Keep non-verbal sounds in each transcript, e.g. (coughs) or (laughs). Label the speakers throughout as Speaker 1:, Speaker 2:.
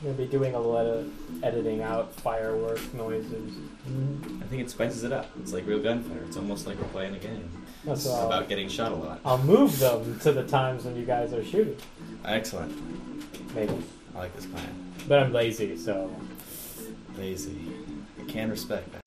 Speaker 1: We'll be doing a lot of editing out firework noises.
Speaker 2: Mm-hmm.
Speaker 3: I think it spices it up. It's like real gunfire. It's almost like we're playing a game.
Speaker 1: That's
Speaker 3: It's
Speaker 1: all.
Speaker 4: uh,
Speaker 3: about getting shot a lot.
Speaker 1: I'll move them to the times when you guys are shooting,
Speaker 3: Excellent.
Speaker 1: maybe.
Speaker 3: I like this plan.
Speaker 1: But I'm lazy, so
Speaker 3: Lazy. I can respect that.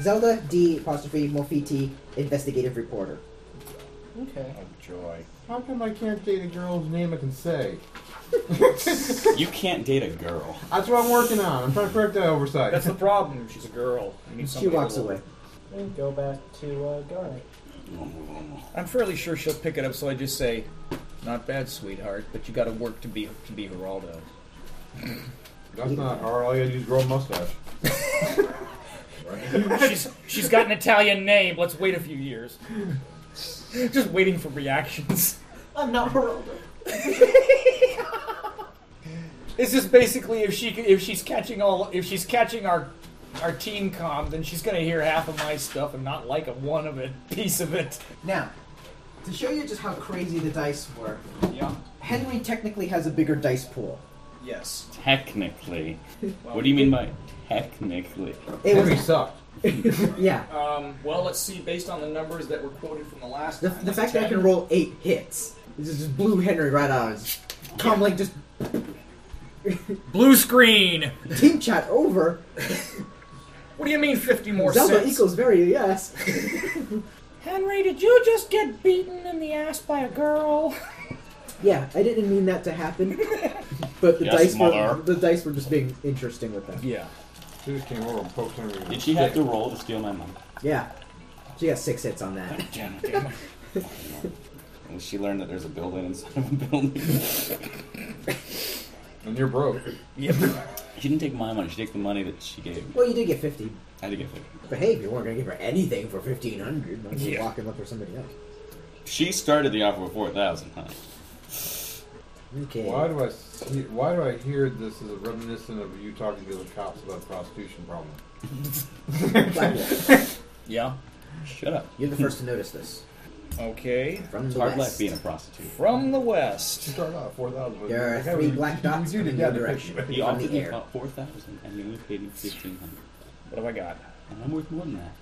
Speaker 5: Zelda D apostrophe Morfiti investigative reporter.
Speaker 6: Okay.
Speaker 4: Oh, joy.
Speaker 6: How come I can't date a girl's name I can say?
Speaker 3: You can't date a girl.
Speaker 6: That's what I'm working on. I'm trying to correct that oversight.
Speaker 4: That's the problem. She's a girl. You need
Speaker 5: She
Speaker 4: somebody
Speaker 5: walks
Speaker 4: a little-
Speaker 5: away.
Speaker 1: we go back to uh, Garlic.
Speaker 4: I'm fairly sure she'll pick it up, so I just say, "Not bad, sweetheart, but you got to work to be to be Geraldo."
Speaker 6: That's not hard. All you gotta do is grow a mustache.
Speaker 4: she's she's got an Italian name. Let's wait a few years. Just waiting for reactions.
Speaker 5: I'm not Geraldo.
Speaker 4: It's just basically if she if she's catching all if she's catching our our teen com, then she's gonna hear half of my stuff and not like a one of it piece of it.
Speaker 5: Now, to show you just how crazy the dice were,
Speaker 4: Yeah.
Speaker 5: Henry technically has a bigger dice pool.
Speaker 4: Yes. (laughs)
Speaker 7: Technically. What do you mean by technically?
Speaker 5: It
Speaker 6: Henry
Speaker 5: was,
Speaker 6: sucked.
Speaker 5: (laughs) yeah.
Speaker 4: Um, well, let's see. Based on the numbers that were quoted from the last,
Speaker 5: The,
Speaker 4: time,
Speaker 5: the fact that I
Speaker 4: 10.
Speaker 5: can roll eight hits this is just blew Henry right out. of his- Come like just
Speaker 4: blue screen.
Speaker 5: team chat over.
Speaker 4: What do you mean fifty more
Speaker 5: Zelda
Speaker 4: cents?
Speaker 5: equals very yes.
Speaker 4: Henry, did you just get beaten in the ass by a
Speaker 8: (laughs)
Speaker 4: girl?
Speaker 5: yeah, I didn't mean that to happen. But the
Speaker 7: Yes,
Speaker 5: dice
Speaker 7: mother.
Speaker 5: were the dice were just being interesting with that.
Speaker 4: Yeah.
Speaker 6: She just came over and poked Henry. in the
Speaker 7: Did she have to
Speaker 6: dick.
Speaker 7: roll to steal my money?
Speaker 5: Yeah. She got six hits on that.
Speaker 7: Damn it, damn it. Well, she learned that there's a building inside of a building.
Speaker 6: And you're broke.
Speaker 4: Yep.
Speaker 7: (laughs) she didn't take my money, she took the money that she gave me.
Speaker 5: Well, you did get fifty.
Speaker 7: I had to get fifty.
Speaker 5: But hey, if you weren't gonna give her anything for fifteen hundred, might as well
Speaker 4: Yeah.
Speaker 5: walk and look for somebody else.
Speaker 7: She started the offer with 4,000, huh?
Speaker 5: Okay.
Speaker 6: Why do I see, why do I hear this as reminiscent of you talking to the cops about the prostitution problem?
Speaker 5: Blackwell,
Speaker 4: Yeah.
Speaker 7: Shut up.
Speaker 5: You're the first to notice this.
Speaker 4: Okay.
Speaker 5: From
Speaker 7: It's
Speaker 5: the
Speaker 7: hard life
Speaker 5: west.
Speaker 7: being a prostitute.
Speaker 4: From the west.
Speaker 6: Start out four thousand.
Speaker 5: There are three
Speaker 6: (laughs)
Speaker 5: black dots
Speaker 6: We do
Speaker 5: in your
Speaker 6: together.
Speaker 5: direction.
Speaker 7: He
Speaker 5: On
Speaker 7: offered
Speaker 5: the
Speaker 7: me
Speaker 5: air.
Speaker 7: 4,000 and you only paid me 1,500.
Speaker 4: What have I got?
Speaker 7: And I'm worth more than that.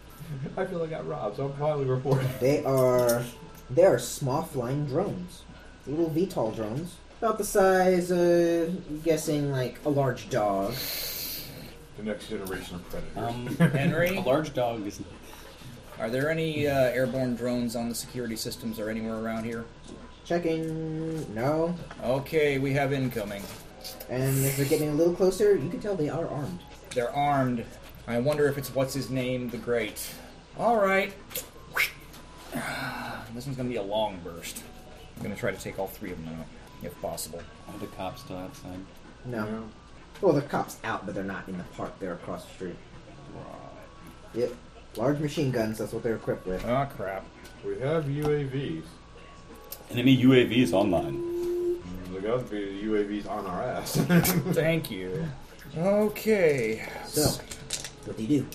Speaker 6: (laughs) I feel like I got robbed, so I'm highly reporting.
Speaker 5: They are they are small flying drones, little VTOL drones, about the size of I'm guessing like a large dog.
Speaker 6: The next generation of predators.
Speaker 7: Um,
Speaker 4: (laughs)
Speaker 8: Henry?
Speaker 7: a
Speaker 5: (laughs)
Speaker 7: large dog is.
Speaker 8: Are there any uh, airborne drones on the security systems or anywhere around here?
Speaker 5: Checking, no,
Speaker 8: Okay, we have incoming.
Speaker 5: and as they're getting a little closer, you can tell they are armed.
Speaker 8: They're armed. I wonder if it's what's his name, the Great. All right. (sighs) This one's gonna be a long burst. I'm gonna try to take all three of them out, if possible.
Speaker 7: Are the cops still outside?
Speaker 5: No, well the cops out, but they're not in the park. They're across the street. Yep, large machine guns. That's what they're equipped with.
Speaker 8: Oh crap!
Speaker 6: We have UAVs.
Speaker 7: Enemy UAVs online.
Speaker 6: There gotta be UAVs on our ass. (laughs)
Speaker 8: Thank you. Okay.
Speaker 5: So, what do you do?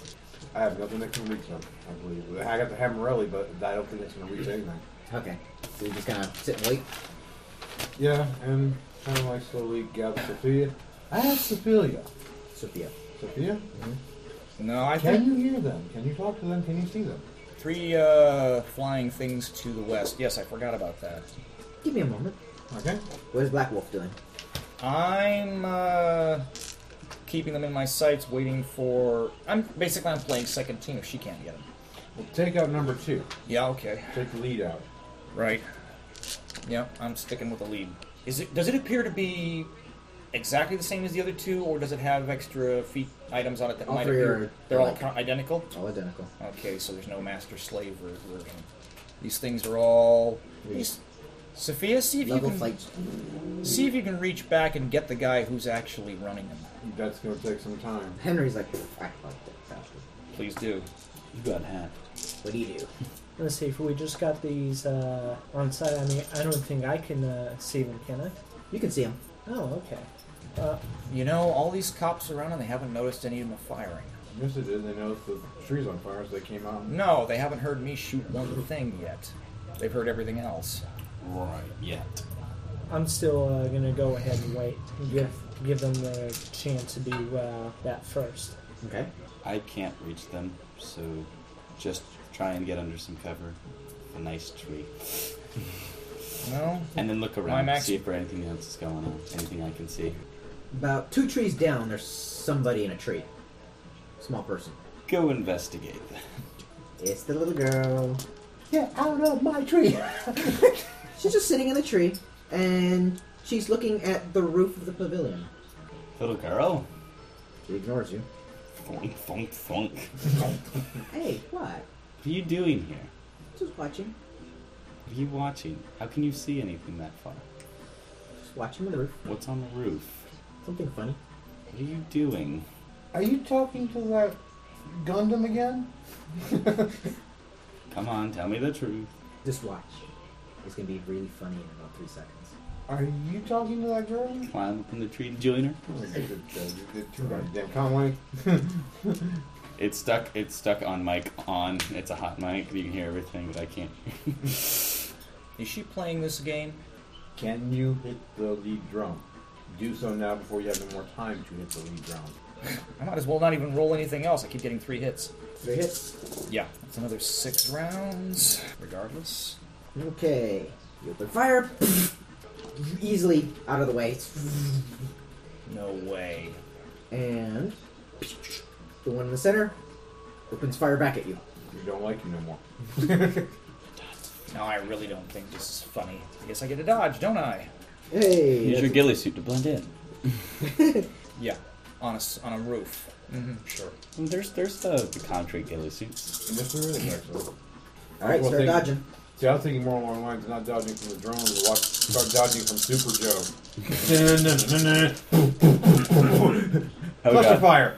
Speaker 6: I have nothing that can reach them, I believe. I got the Hammerelli, but I don't think it's gonna reach anything.
Speaker 5: Okay, so you're just gonna sit and wait.
Speaker 6: Yeah, and kind of like slowly gather Sophia. I have Sophia.
Speaker 5: Sophia.
Speaker 6: Sophia,
Speaker 8: No, I
Speaker 6: can
Speaker 8: think
Speaker 6: you hear them? Can you talk to them? Can you see them?
Speaker 8: three uh, flying things to the west. Yes, I forgot about that.
Speaker 5: Give me a moment.
Speaker 6: Okay.
Speaker 5: What is Black Wolf doing?
Speaker 8: I'm uh, keeping them in my sights, waiting for. I'm basically I'm playing second team if she can't get them.
Speaker 6: Well, take out number two.
Speaker 8: Yeah. Okay.
Speaker 6: Take the lead out.
Speaker 8: Right. Yep. I'm sticking with the lead. Is it? Does it appear to be exactly the same as the other two, or does it have extra feat items on it that
Speaker 5: All
Speaker 8: might
Speaker 5: three
Speaker 8: appear?
Speaker 5: are
Speaker 8: They're all
Speaker 5: alike.
Speaker 8: co- identical.
Speaker 5: All identical.
Speaker 8: Okay, so there's no master slave ver- version. These things are all. These, Sophia, see if
Speaker 5: Level
Speaker 8: you can
Speaker 5: flight.
Speaker 8: see if you can reach back and get the guy who's actually running them.
Speaker 6: That's gonna take some time.
Speaker 5: Henry's like, "Pff, I fucked it. faster.
Speaker 8: Please do.
Speaker 7: You got half.
Speaker 5: What do you do?
Speaker 2: Let's see if we just got these uh, on site. I mean, I don't think I can uh, see them, can I?
Speaker 5: You can see him.
Speaker 2: Oh, okay. Uh,
Speaker 8: You know, all these cops around and they haven't noticed any of them firing.
Speaker 6: Yes, they did. They noticed the trees on fire, so they came out. And
Speaker 8: No, they haven't heard me shoot one thing yet. They've heard everything else.
Speaker 7: Right, yet.
Speaker 2: I'm still uh, gonna go ahead and wait. And give give them the chance to do uh, that first.
Speaker 5: Okay.
Speaker 7: I can't reach them, so just try and get under some cover. A nice tree.
Speaker 8: No?
Speaker 7: And then look
Speaker 8: My
Speaker 7: around
Speaker 8: max-
Speaker 7: see if there anything else is going on. Anything I can see.
Speaker 5: About two trees down, there's somebody in a tree. Small person.
Speaker 7: Go investigate.
Speaker 5: It's the little girl. Yeah, out of my tree. (laughs) she's just sitting in the tree, and she's looking at the roof of the pavilion.
Speaker 7: Little girl.
Speaker 5: She ignores you.
Speaker 7: Thunk, thunk, thunk.
Speaker 5: Hey, what?
Speaker 7: What are you doing here?
Speaker 5: Just watching.
Speaker 7: What are you watching? How can you see anything that far?
Speaker 5: Just watching the roof.
Speaker 7: What's on the roof?
Speaker 5: Something funny.
Speaker 7: What are you doing?
Speaker 6: Are you talking to that Gundam again?
Speaker 7: Come on, tell me the truth.
Speaker 5: Just watch. It's gonna be really funny in about three seconds.
Speaker 6: Are you talking to that girl?
Speaker 7: Climb up in the tree to join her.
Speaker 6: Oh, you did, uh, you did too much, Damn Conway.
Speaker 7: It's stuck. It's stuck on mic on. It's a hot mic. You can hear everything, but I can't. (laughs)
Speaker 8: Is she playing this game?
Speaker 6: Can you hit the lead drum? Do so now before you have any more time to hit the lead drum.
Speaker 8: I might as well not even roll anything else. I keep getting three hits.
Speaker 5: Three hits.
Speaker 8: Yeah. That's another six rounds, regardless.
Speaker 5: Okay. You open fire. Easily out of the way.
Speaker 8: No way.
Speaker 5: And the one in the center opens fire back at you.
Speaker 6: You don't like him no more.
Speaker 8: No, I really don't think this is funny. I guess I get a dodge, don't I?
Speaker 5: Hey.
Speaker 7: Use your
Speaker 5: that's-
Speaker 7: ghillie suit to blend in.
Speaker 8: Yeah. On a, s- on a roof. Mm-hmm, sure.
Speaker 7: Well, there's there's the, the contrary ghillie suits.
Speaker 6: Yes, there is, actually.
Speaker 5: All right,
Speaker 6: Well,
Speaker 5: start
Speaker 6: thank you.
Speaker 5: dodging.
Speaker 6: See, I was thinking more along the lines of not dodging from the drone, but watch, start dodging from Super Joe. Dun-dun-dun-dun-dun.
Speaker 4: (laughs)
Speaker 7: Oh
Speaker 6: Cluster
Speaker 7: god,
Speaker 6: fire!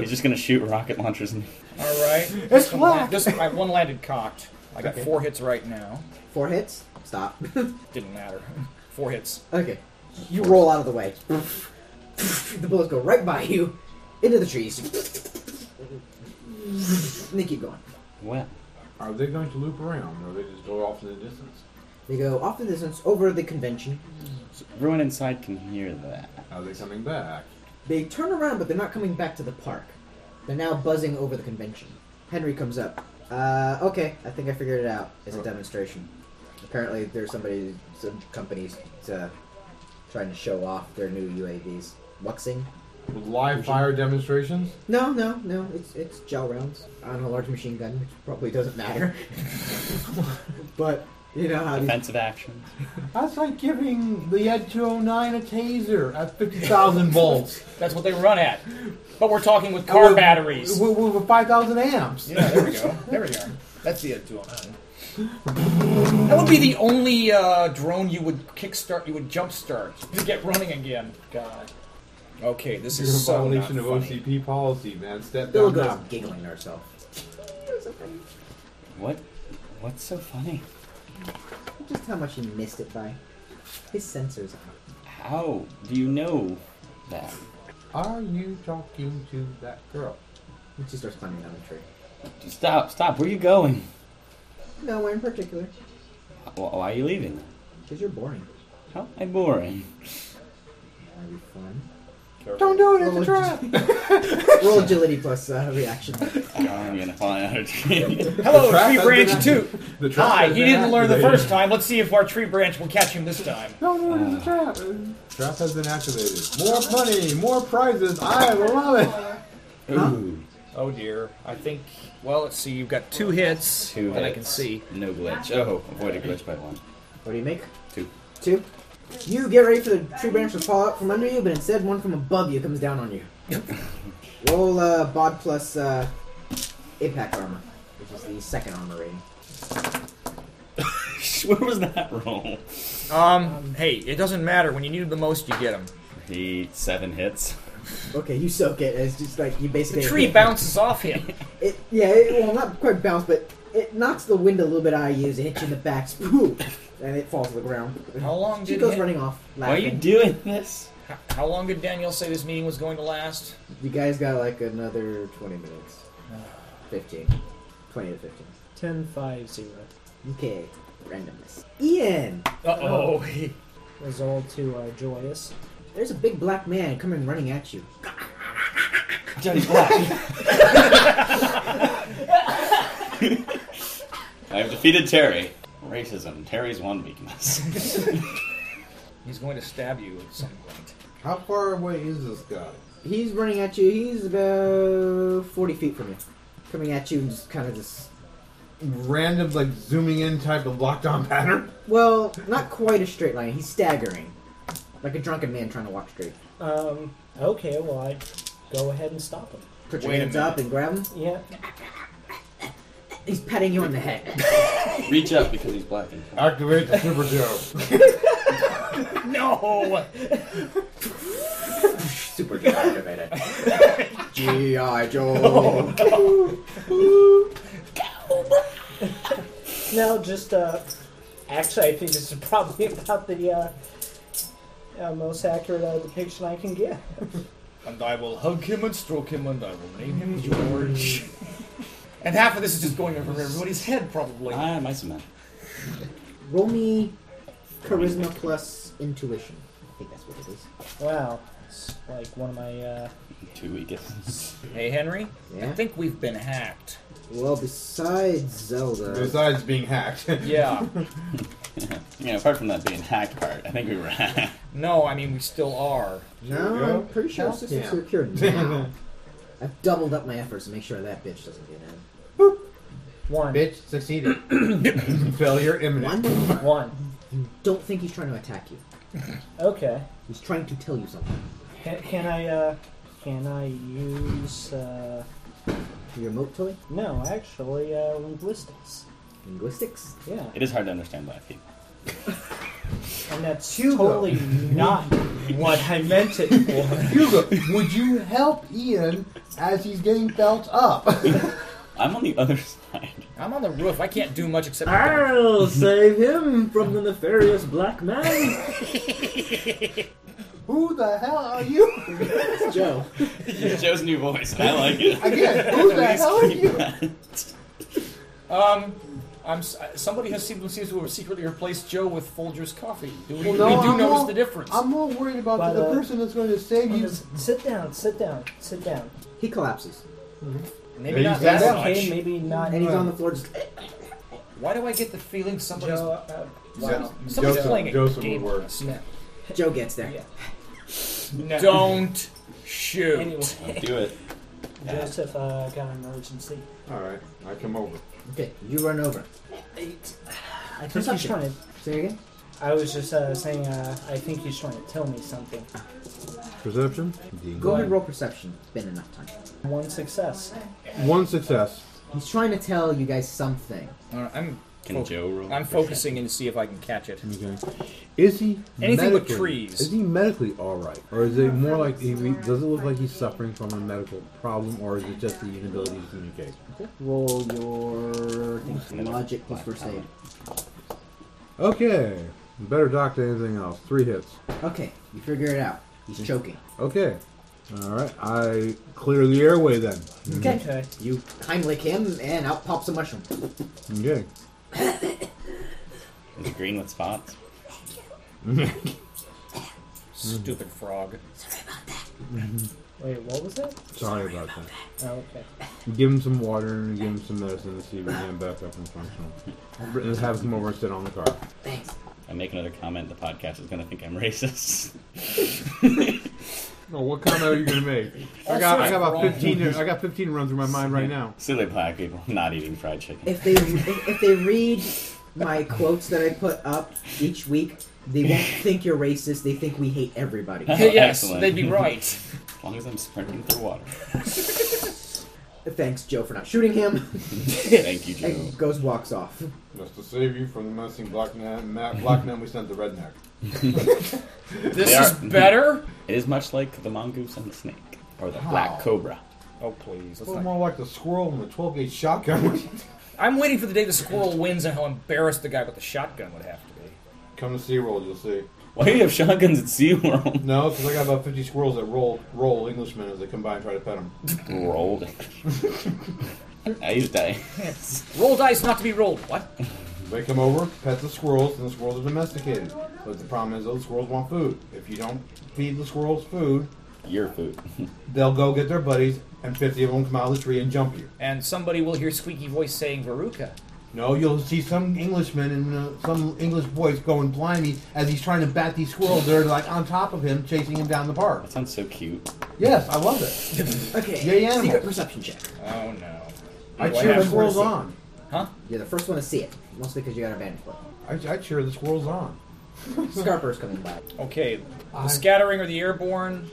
Speaker 7: he's just gonna shoot rocket launchers. And (laughs)
Speaker 8: All right. This one, la- this, I one landed cocked. I got
Speaker 5: Okay.
Speaker 8: four hits right now.
Speaker 5: Four hits. Stop. (laughs)
Speaker 8: Didn't matter. (laughs) Four hits.
Speaker 5: okay. You roll out of the way. the bullets go right by you, into the trees. and they keep going.
Speaker 7: well,
Speaker 6: Are they going to loop around, or are they just go off in the distance?
Speaker 5: They go off in the distance over the convention.
Speaker 7: so everyone inside can hear that.
Speaker 6: Are they coming back?
Speaker 5: They turn around, but they're not coming back to the park. They're now buzzing over the convention. Henry comes up. Uh, okay, I think I figured it out. It's a demonstration. Apparently, there's somebody, some companies uh, trying to show off their new UAVs. Luxing?
Speaker 6: With live fire demonstrations?
Speaker 5: No, no, no. It's it's gel rounds on a large machine gun, which probably doesn't matter. (laughs) but you know how these
Speaker 7: Defensive actions.
Speaker 6: That's like giving the Ed 209 a taser at 50,000 volts.
Speaker 4: That's what they run at. But we're talking with (laughs) car batteries.
Speaker 6: With, with, with 5,000 amps.
Speaker 8: Yeah, there we go. There we are. That's the Ed 209. That would be the only uh, drone you would kickstart, you would jumpstart to get running again. God. Okay, this
Speaker 6: You're a
Speaker 8: is so
Speaker 6: violation
Speaker 8: not
Speaker 6: of
Speaker 8: funny.
Speaker 6: OCP policy, man. Step
Speaker 5: Bill goes
Speaker 6: down now.
Speaker 5: giggling to herself.
Speaker 7: What? What's so funny?
Speaker 5: Just how much he missed it by. His sensors. are-
Speaker 7: How do you know that?
Speaker 6: Are you talking to that girl?
Speaker 5: And she starts climbing down the tree.
Speaker 7: Stop! Stop! Where are you going?
Speaker 5: Nowhere in particular,
Speaker 7: Wh- Why are you leaving?
Speaker 5: because you're boring.
Speaker 7: How am I boring?
Speaker 5: That'd be fun.
Speaker 6: Don't do it, it's
Speaker 5: Roll,
Speaker 6: a trap!
Speaker 5: ag- (laughs) roll agility plus uh, reaction.
Speaker 7: I'm gonna fall out of a tree. (laughs)
Speaker 4: Hello,
Speaker 6: The
Speaker 4: tree
Speaker 6: traffic
Speaker 4: branch
Speaker 6: did-
Speaker 4: two.
Speaker 6: The trap
Speaker 4: Hi,
Speaker 6: has
Speaker 4: he
Speaker 6: been
Speaker 4: didn't learn the
Speaker 5: (laughs)
Speaker 6: activated.
Speaker 4: first time. Let's see if our tree branch will catch him this time.
Speaker 6: Don't do
Speaker 7: Oh.
Speaker 6: it, it's a trap! Trap has been activated. More money, more prizes. I love it.
Speaker 7: Ooh,
Speaker 8: Oh dear. I think. Well, let's see. You've got two hits
Speaker 7: Two
Speaker 8: that I
Speaker 7: hits.
Speaker 8: can see.
Speaker 7: no glitch. Oh, avoid a glitch by one.
Speaker 5: What do you make?
Speaker 7: Two.
Speaker 5: Two. You get ready for the tree branch to fall out from under you, but instead one from above you comes down on you. Roll uh, bod plus uh, impact armor, which is the second armor rating.
Speaker 7: (laughs) Where was that roll?
Speaker 8: Um. Hey, it doesn't matter. When you need 'em the most, you get them.
Speaker 7: He seven hits.
Speaker 5: Okay, you soak it. It's just like you
Speaker 4: The
Speaker 5: basically
Speaker 4: tree bounces off him.
Speaker 5: It, yeah, it, well, not quite bounce, but it knocks the wind a little bit out of you. It hits you in the back, Woo! and it falls to the ground.
Speaker 8: How long
Speaker 5: She
Speaker 8: did
Speaker 5: goes
Speaker 8: it hit?
Speaker 5: running off,
Speaker 7: Why are you
Speaker 5: laughing.
Speaker 7: doing this?
Speaker 4: How, how long did Daniel say this meeting was going to last?
Speaker 5: You guys got like another 20 minutes. 15. 20 to 15.
Speaker 2: 10 5 0
Speaker 5: Okay. Randomness. Ian!
Speaker 4: Uh (laughs) oh.
Speaker 2: was all too uh, joyous.
Speaker 5: There's a big black man coming running at you.
Speaker 7: Johnny Black. I've defeated Terry. Racism. Terry's one (laughs) weakness.
Speaker 4: He's going to stab you at some point.
Speaker 6: How far away is this guy?
Speaker 5: He's running at you. He's about 40 feet from you. Coming at you and just kind of just.
Speaker 6: Random, like zooming in type of locked on pattern.
Speaker 5: Well, not quite a straight line. He's staggering. Like a drunken man trying to walk straight.
Speaker 2: Um, okay, well, I go ahead and stop him.
Speaker 5: Put your
Speaker 4: Wait a
Speaker 5: hands up and grab him.
Speaker 2: Yeah,
Speaker 5: He's patting you on the
Speaker 4: (laughs)
Speaker 5: head.
Speaker 7: Reach up because he's black and tan.
Speaker 6: Activate the Super Joe.
Speaker 4: No!
Speaker 5: Super Joe
Speaker 4: (laughs)
Speaker 5: activated. G.I. Joe.
Speaker 2: No, just uh, actually, I think this is (laughs) probably about the uh, uh, most accurate uh, depiction I can get.
Speaker 4: And I will hug him and stroke him, and I will name him George. and half of this is just going over everybody's head, probably.
Speaker 7: Ah, my cement.
Speaker 5: Roll me charisma plus intuition. I think that's what it is.
Speaker 2: Wow, it's like one of my uh,
Speaker 7: Two weakest.
Speaker 4: Hey, Henry? I
Speaker 5: Yeah.
Speaker 4: think we've been hacked.
Speaker 5: Well, besides Zelda,
Speaker 6: Besides being hacked.
Speaker 4: (laughs) Yeah.
Speaker 7: Yeah, apart from that being hacked part, I think we were (laughs) hacked.
Speaker 4: No, I mean, we still are.
Speaker 5: no, I'm pretty sure
Speaker 6: Hell
Speaker 5: systems
Speaker 6: yeah.
Speaker 5: secure now. I've doubled up my efforts to make sure that bitch doesn't get in.
Speaker 2: one.
Speaker 6: Bitch succeeded. (coughs) Failure imminent.
Speaker 5: One,
Speaker 2: One.
Speaker 5: don't think he's trying to attack you.
Speaker 2: Okay.
Speaker 5: He's trying to tell you something.
Speaker 2: Can, can I? Uh, can I use? Uh,
Speaker 5: Your remote toy?
Speaker 2: no, actually, uh, linguistics.
Speaker 5: Linguistics?
Speaker 2: Yeah,
Speaker 7: It is hard to understand black people.
Speaker 2: and that's totally not what I meant it for.
Speaker 6: Hugo, would you help Ian as he's getting felt up?
Speaker 4: (laughs)
Speaker 7: I'm on the other (laughs) side.
Speaker 4: I'm on the roof. I can't do much except.
Speaker 1: I'll save him from the nefarious black man.
Speaker 6: Who the hell are you?
Speaker 5: It's Joe.
Speaker 7: Joe's new voice, and I like it.
Speaker 6: Again, who the hell are you?
Speaker 4: Um, I'm. s- Somebody has seemed seems to have secretly replaced Joe with Folger's coffee. Do we,
Speaker 6: no,
Speaker 4: we do
Speaker 6: I'm
Speaker 4: notice
Speaker 6: not-
Speaker 4: the difference.
Speaker 6: I'm more worried about
Speaker 2: But,
Speaker 6: the
Speaker 2: uh,
Speaker 6: person that's going to save you.
Speaker 2: sit down. Sit down. Sit down.
Speaker 5: He collapses.
Speaker 4: maybe
Speaker 6: Yeah,
Speaker 4: not
Speaker 6: you said
Speaker 4: that
Speaker 6: that.
Speaker 4: much.
Speaker 2: Okay, maybe not.
Speaker 5: And he's on the floor just. (laughs)
Speaker 4: Why do I get the feeling somebody's
Speaker 2: Joe, uh,
Speaker 4: wow.
Speaker 6: Joseph-
Speaker 4: somebody's playing a
Speaker 6: Joseph
Speaker 4: game
Speaker 6: would work.
Speaker 4: with us.
Speaker 2: no,
Speaker 5: Joe gets there.
Speaker 2: Yeah.
Speaker 4: No. Don't shoot.
Speaker 2: Anyway,
Speaker 7: Don't do it.
Speaker 2: Joseph uh, got an emergency.
Speaker 6: Alright, I come over.
Speaker 5: Okay, you run over.
Speaker 2: I think he's
Speaker 5: Perception.
Speaker 2: trying to.
Speaker 5: Say it again?
Speaker 2: I was just uh, saying. Uh, I think he's trying to tell me something.
Speaker 6: Perception?
Speaker 5: Go ahead and roll perception. It's been enough time.
Speaker 2: One success.
Speaker 6: One success.
Speaker 5: He's trying to tell you guys something.
Speaker 4: All right, I'm.
Speaker 7: Can
Speaker 4: fo-
Speaker 7: Joe Mm-hmm. roll?
Speaker 4: I'm focusing in to see if I can catch it.
Speaker 9: Okay. Is he
Speaker 4: Anything with
Speaker 9: medically-
Speaker 4: trees.
Speaker 9: Is he medically all right, or is it more like he, he- does it look like he's suffering from a medical problem, or is it just the inability to communicate?
Speaker 5: Roll your thing, logic plus first aid.
Speaker 9: Okay, better doc than anything else. Three hits.
Speaker 5: Okay, you figure it out. He's choking.
Speaker 9: Okay, all right. I clear the airway then.
Speaker 5: Okay.
Speaker 2: Okay.
Speaker 5: You Heimlich him, and out pops a mushroom.
Speaker 9: Okay.
Speaker 7: Is it green with spots?
Speaker 4: Stupid
Speaker 7: (laughs)
Speaker 4: frog.
Speaker 2: Wait, what was it?
Speaker 9: Sorry about that.
Speaker 2: Oh, okay.
Speaker 9: Give him some water and give him some medicine to see if we can get back up and functional. And have him over and sit on the car.
Speaker 5: Thanks.
Speaker 7: I make another comment. The podcast is gonna think I'm racist. (laughs)
Speaker 9: Oh, what comment are you gonna (laughs) make? I got I got about fifteen. I got fifteen run through my mind right now.
Speaker 7: Silly black people not eating fried chicken.
Speaker 5: If they if, if they read my quotes that I put up each week, they won't think you're racist. They think we hate everybody.
Speaker 7: Oh,
Speaker 4: yes,
Speaker 7: excellent.
Speaker 4: they'd be
Speaker 7: (laughs)
Speaker 4: right.
Speaker 7: As long as I'm sprinkling through water.
Speaker 5: (laughs) Thanks, Joe, for not shooting him. (laughs)
Speaker 7: Thank you, Joe.
Speaker 5: And goes walks off.
Speaker 6: Just to save you from the menacing black man, Matt, black man we sent the redneck.
Speaker 4: This
Speaker 7: They
Speaker 4: is
Speaker 7: are-
Speaker 4: better.
Speaker 7: It is much like the mongoose and the snake, or the black cobra.
Speaker 4: Oh
Speaker 6: It's
Speaker 4: please. let's not-
Speaker 6: more like the squirrel and the 12 gauge shotgun.
Speaker 4: I'm waiting for the day the squirrel wins and how embarrassed the guy with the shotgun would have to be.
Speaker 6: Come to SeaWorld, you'll see.
Speaker 7: Why do you have shotguns at
Speaker 5: (laughs)
Speaker 7: SeaWorld?
Speaker 6: No, because I got about 50 squirrels that roll roll Englishmen as they come by and try to pet them.
Speaker 7: Rolled. (laughs) I just die.
Speaker 10: Roll dice not to be rolled. What?
Speaker 6: They come over, pet the squirrels, and the squirrels are domesticated. But the problem is, those squirrels want food. If you don't feed the squirrels food,
Speaker 7: Your food.
Speaker 6: they'll go get their buddies, and 50 of them come out of the tree and jump you.
Speaker 10: And somebody will hear squeaky voice saying Veruca.
Speaker 6: No, you'll see some Englishman and uh, some English voice going blimey as he's trying to bat these squirrels. They're like on top of him, chasing him down the park.
Speaker 7: That sounds so cute.
Speaker 6: Yes, I love it.
Speaker 5: Okay.
Speaker 6: Yay, animal.
Speaker 5: Secret perception check.
Speaker 4: Oh no.
Speaker 6: I
Speaker 4: Do I
Speaker 6: cheer
Speaker 4: have
Speaker 6: the squirrels
Speaker 5: mercy?
Speaker 6: on.
Speaker 5: You're the first one to see it, mostly because you got a vantage point.
Speaker 6: I, I cheer the squirrels on.
Speaker 5: Scarper's coming by.
Speaker 4: Okay.
Speaker 10: The scattering or the airborne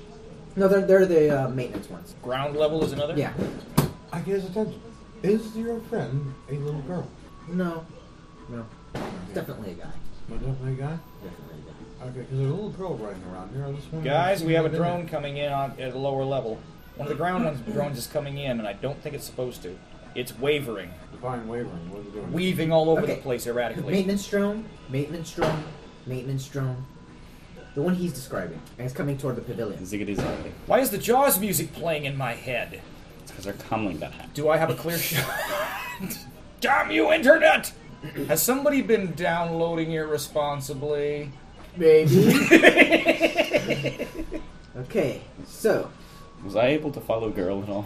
Speaker 5: No, they're they're the uh, maintenance ones.
Speaker 4: Ground level is another?
Speaker 5: Yeah.
Speaker 6: I get his attention. Is your friend a little girl?
Speaker 5: No. No. It's definitely a guy.
Speaker 6: Am I definitely a guy?
Speaker 5: Definitely a guy.
Speaker 6: Okay, because there's a little girl running around here. I just wanted to
Speaker 4: Guys,
Speaker 6: see
Speaker 4: we have a
Speaker 6: what it is.
Speaker 4: drone coming in on, at a lower level. One of the ground ones drones is coming in, and I don't think it's supposed to. It's wavering,
Speaker 6: Divine wavering. What are they doing?
Speaker 4: weaving all over
Speaker 5: Okay.
Speaker 4: the place erratically.
Speaker 5: Maintenance drone. Maintenance drone. Maintenance drone. The one he's describing, and it's coming toward the pavilion.
Speaker 7: Ziggity zaggity.
Speaker 4: Why is the Jaws music playing in my head?
Speaker 7: It's because our comlink got hacked.
Speaker 4: Do I have a clear shot? Damn you, internet! Has somebody been downloading irresponsibly?
Speaker 5: Maybe. (laughs) okay, so
Speaker 7: Was I able to follow girl at all?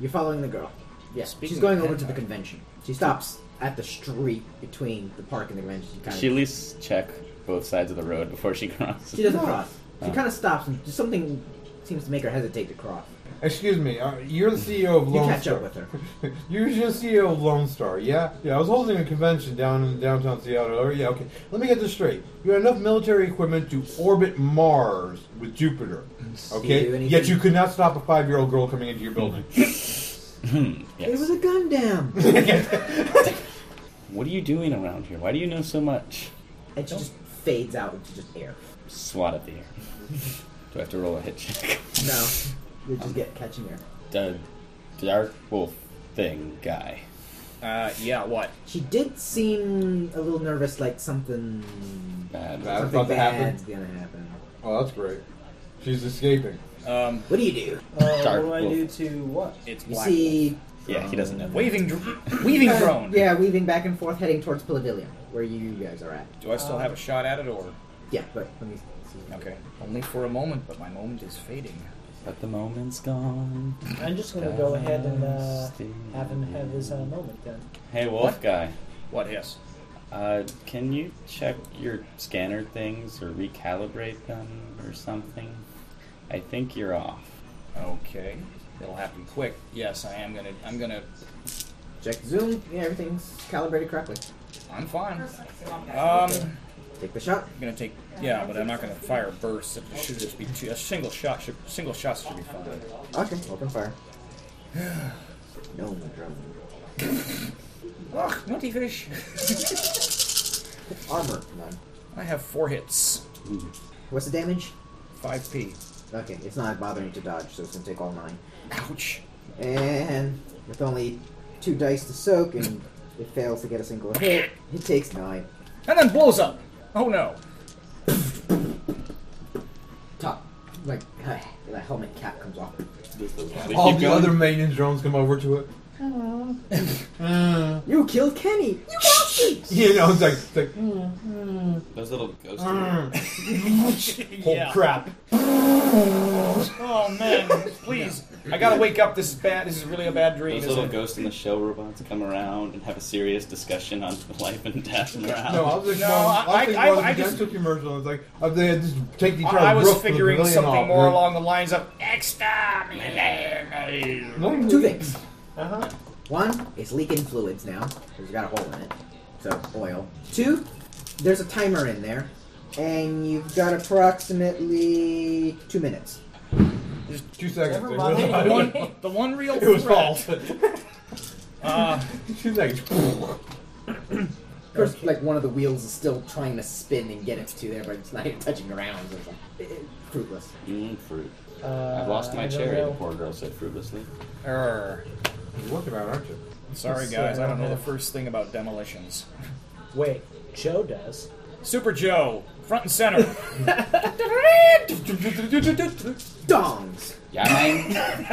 Speaker 5: you're following the girl. Yes,
Speaker 4: Speaking
Speaker 5: she's going
Speaker 4: of
Speaker 5: over to the
Speaker 4: Hentai.
Speaker 5: convention. She stops at the street between the park and the convention. She, kind
Speaker 7: She at
Speaker 5: of,
Speaker 7: least check both sides of the road before she (laughs) crosses.
Speaker 5: she doesn't cross.
Speaker 4: Oh.
Speaker 5: She kind of stops, and just something seems to make her hesitate to cross.
Speaker 6: Excuse me, uh, you're the CEO of
Speaker 5: You
Speaker 6: Lone
Speaker 5: catch
Speaker 6: Star.
Speaker 5: up with her.
Speaker 6: (laughs) You're just CEO of Lone Star, yeah? Yeah, I was holding a convention down in downtown Seattle. Oh, yeah, okay. Let me get this straight. You had enough military equipment to orbit Mars with Jupiter,
Speaker 5: do
Speaker 6: okay?
Speaker 5: anything.
Speaker 6: Yet you could not stop a five year old girl coming into your building.
Speaker 5: It was a gun down,
Speaker 7: What are you doing around here? Why do you know so much?
Speaker 5: and she just fades out into just air.
Speaker 7: Swat at the
Speaker 5: (laughs)
Speaker 7: air. do I have to roll a hit check? (laughs)
Speaker 5: No, you just get catching air.
Speaker 7: The dark wolf thing guy.
Speaker 4: Uh, yeah, what?
Speaker 5: She did seem a little nervous, like something
Speaker 7: Bad.
Speaker 6: Bad.
Speaker 2: Oh,
Speaker 6: That's
Speaker 5: something
Speaker 6: about to happen?
Speaker 5: bad's gonna happen.
Speaker 6: (laughs) oh, (laughs) that's great. She's escaping.
Speaker 4: Um,
Speaker 5: What do you do?
Speaker 2: Uh,
Speaker 7: Dark
Speaker 2: what do I
Speaker 7: wolf.
Speaker 2: do to what?
Speaker 4: it's
Speaker 5: You
Speaker 4: black.
Speaker 5: see
Speaker 7: Yeah, he doesn't know.
Speaker 4: Waving, dr- weaving
Speaker 5: (laughs) Uh,
Speaker 4: drone.
Speaker 5: Yeah, weaving back and forth, heading towards Palladium, where you guys are at.
Speaker 4: Do I still have a shot at it, or?
Speaker 5: Yeah, but let me see.
Speaker 4: Okay. Only for a moment, but my moment is fading.
Speaker 7: But the moment's gone.
Speaker 2: I'm just gonna go ahead and uh,
Speaker 7: Dusty.
Speaker 2: have him have his uh, moment then.
Speaker 7: Hey, wolf guy.
Speaker 4: What? Yes.
Speaker 7: Uh, can you check your scanner things or recalibrate them or something? I think you're off.
Speaker 4: Okay. It'll happen quick. Yes, I am gonna. I'm gonna.
Speaker 5: Check zoom. Yeah, everything's calibrated correctly.
Speaker 4: I'm fine. Um, I'm
Speaker 5: Take the shot.
Speaker 4: gonna take. Yeah, but I'm not gonna fire bursts. If the should just be two, a single shot. Should, single shots should be fine.
Speaker 5: Okay, open fire. (sighs) no drone.
Speaker 4: Ugh, nutty fish. (laughs)
Speaker 5: Armor, none.
Speaker 4: I have four hits.
Speaker 5: What's the damage?
Speaker 4: Five P.
Speaker 5: Okay, it's not bothering to dodge, so it's gonna take all nine.
Speaker 4: Ouch.
Speaker 5: And with only two dice to soak, and it fails to get a single hit, it takes nine.
Speaker 4: And then blows up. Oh no.
Speaker 5: Top, like the helmet cap comes off.
Speaker 6: All the other maintenance drones come over to it. (laughs) Uh,
Speaker 5: You killed Kenny. You bastard!
Speaker 6: you know, it's like, it's like
Speaker 7: Those little ghosts.
Speaker 2: Mm.
Speaker 6: whole crap.
Speaker 4: Oh man, please. I gotta wake up. This is bad. This is really a bad dream.
Speaker 7: Those
Speaker 4: isn't
Speaker 7: little
Speaker 4: it?
Speaker 7: ghosts in the shell robots come around and have a serious discussion on (laughs) life and death and morality.
Speaker 6: No, I was like,
Speaker 4: No,
Speaker 6: no, I,
Speaker 4: I-
Speaker 6: was like,
Speaker 4: I-
Speaker 6: well,
Speaker 4: I
Speaker 6: I
Speaker 4: just-
Speaker 6: just took your merch on. It's like uh, they had just take each
Speaker 4: I,
Speaker 6: other.
Speaker 4: I was
Speaker 6: roof for the
Speaker 4: figuring
Speaker 6: pavilion
Speaker 4: something
Speaker 6: off,
Speaker 4: more
Speaker 6: right?
Speaker 4: along the lines of exterminate.
Speaker 6: No,
Speaker 5: Two things.
Speaker 2: Uh huh.
Speaker 5: One, it's leaking fluids now. 'cause It's got a hole in it. So, oil. Two, there's a timer in there. And you've got approximately two minutes.
Speaker 6: Two seconds.
Speaker 2: Never
Speaker 6: (laughs) It
Speaker 2: mind.
Speaker 6: was-
Speaker 4: The (laughs) one, the one real
Speaker 6: It was
Speaker 4: threat.
Speaker 6: false. (laughs)
Speaker 4: Uh,
Speaker 6: Two seconds. (laughs)
Speaker 5: Of course, like one of the wheels is still trying to spin and get it to there, but it's not even touching around. So it's like, eh, eh, fruitless.
Speaker 7: Mm, fruit.
Speaker 2: Uh,
Speaker 7: I've lost
Speaker 2: I
Speaker 7: my
Speaker 2: don't
Speaker 7: cherry, the
Speaker 2: know.
Speaker 7: poor girl said fruitlessly.
Speaker 4: err.
Speaker 6: You're working on, it, aren't you?
Speaker 4: Sorry
Speaker 2: Let's see,
Speaker 4: guys,
Speaker 2: I
Speaker 4: I don't
Speaker 2: don't
Speaker 4: know the
Speaker 2: have-
Speaker 4: first thing about demolitions.
Speaker 2: Wait, Joe does.
Speaker 4: Super Joe, front and (laughs) center.
Speaker 5: Dongs.
Speaker 7: Yeah,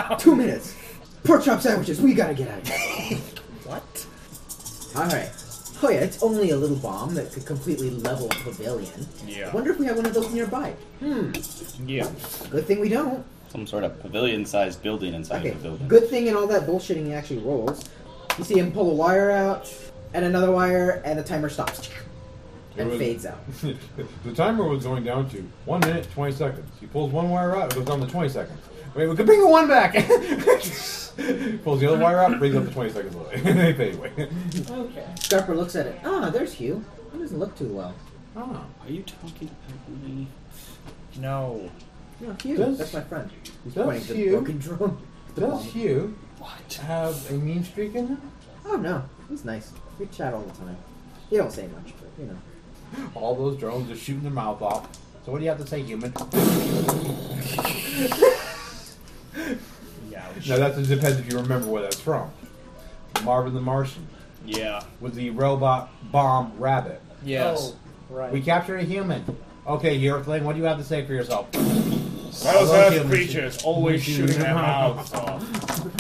Speaker 7: man.
Speaker 5: Two minutes. Pork chop sandwiches. We gotta get out of here.
Speaker 8: What?
Speaker 5: All right. Oh yeah, it's only a little bomb that could completely level a pavilion.
Speaker 4: Yeah.
Speaker 5: Wonder if we have one of those nearby. Hmm.
Speaker 4: Yeah.
Speaker 5: Good thing we don't.
Speaker 7: Some sort of pavilion-sized building inside
Speaker 5: Okay.
Speaker 7: the building.
Speaker 5: Good thing and all that bullshitting he actually rolls. You see him pull a wire out and another wire, and the timer stops and
Speaker 6: It was-
Speaker 5: fades out.
Speaker 6: (laughs) the timer was going down to one minute twenty seconds. He pulls one wire out, it goes down to twenty seconds. Wait, we could bring the one back. (laughs) pulls the other wire out, brings up the twenty seconds away. (laughs) they fade away.
Speaker 2: Okay.
Speaker 5: Scarper looks at it. Ah, there's Hugh. He doesn't look too well.
Speaker 6: Oh,
Speaker 7: Are you talking about me?
Speaker 4: No.
Speaker 5: No, Hugh.
Speaker 6: Does-
Speaker 5: that's my friend. He's
Speaker 6: does
Speaker 5: pointing to the
Speaker 6: Hugh-
Speaker 5: broken drum. (laughs) The
Speaker 6: does
Speaker 5: bomb.
Speaker 6: Hugh have a mean streak in him?
Speaker 5: Oh no, he's nice. We chat all the time. He don't say much, but you know.
Speaker 6: All those drones are shooting their mouth off. So what do you have to say, human? (laughs)
Speaker 4: Yeah.
Speaker 6: Now that depends if you remember where that's from. Marvin the Martian
Speaker 4: Yeah.
Speaker 6: with the robot bomb rabbit.
Speaker 4: Yes.
Speaker 2: Oh, right.
Speaker 6: We captured a human. Okay, Earthling, what do you have to say for yourself?
Speaker 4: Those
Speaker 6: Hello,
Speaker 4: earth
Speaker 6: human.
Speaker 4: creatures always shooting their mouths off.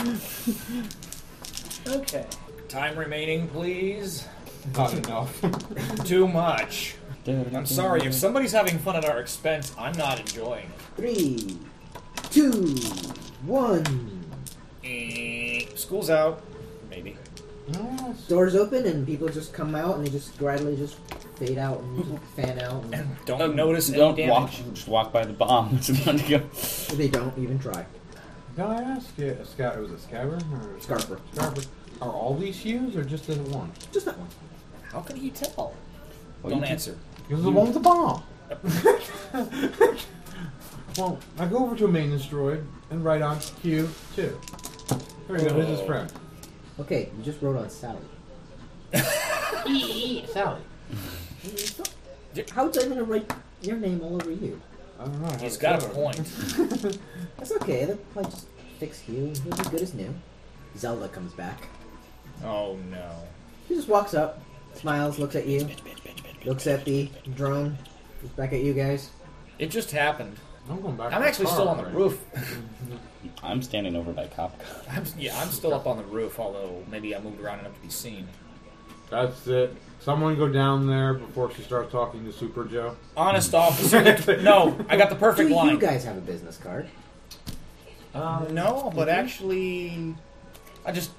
Speaker 2: Okay.
Speaker 4: Time remaining, please.
Speaker 6: Not enough. (laughs)
Speaker 4: Too much. I'm sorry. If somebody's having fun at our expense, I'm not enjoying
Speaker 5: Three, two, one.
Speaker 4: it. Eh, School's out. Maybe.
Speaker 6: Yes.
Speaker 5: Doors open and people just come out and they just gradually just fade out and just fan out. And
Speaker 4: Don't notice any
Speaker 7: Um, Don't
Speaker 4: damage.
Speaker 7: walk. Just walk by the bomb. (laughs) It's about to go.
Speaker 5: they don't even try.
Speaker 6: Can I ask you, a sca- was it Scaver or
Speaker 5: Scarper.
Speaker 6: Scarper? Are all these hues or just this one?
Speaker 5: Just that one.
Speaker 4: How can he tell?
Speaker 7: Oh, you
Speaker 4: Don't
Speaker 7: can-
Speaker 4: answer.
Speaker 6: Because the one with the bomb. (laughs) well, I go over to a maintenance droid and write on Q two. There we go. This
Speaker 4: Oh.
Speaker 6: is friend.
Speaker 5: Okay, you just wrote on Sally.
Speaker 6: Sally.
Speaker 5: How was I gonna write your name all over you?
Speaker 6: I don't know.
Speaker 4: He's got a point.
Speaker 5: That's okay. They'll probably just fix you. He'll be good as new. Zelda comes back.
Speaker 4: Oh no.
Speaker 5: He just walks up, smiles, looks at you, looks at the drone, looks back at you guys.
Speaker 4: It just happened.
Speaker 6: I'm going back.
Speaker 4: I'm
Speaker 6: to the
Speaker 4: actually
Speaker 6: car
Speaker 4: still on the
Speaker 6: already.
Speaker 4: roof.
Speaker 7: I'm standing over by cop.
Speaker 4: I'm, yeah, I'm still up on the roof, although maybe I moved around enough to be seen.
Speaker 6: That's it. Someone go down there before she starts talking to Super Joe.
Speaker 4: Honest officer. (laughs) No, I got the perfect
Speaker 5: Do
Speaker 4: line.
Speaker 5: you guys have a business card?
Speaker 4: Um, no, but actually, I just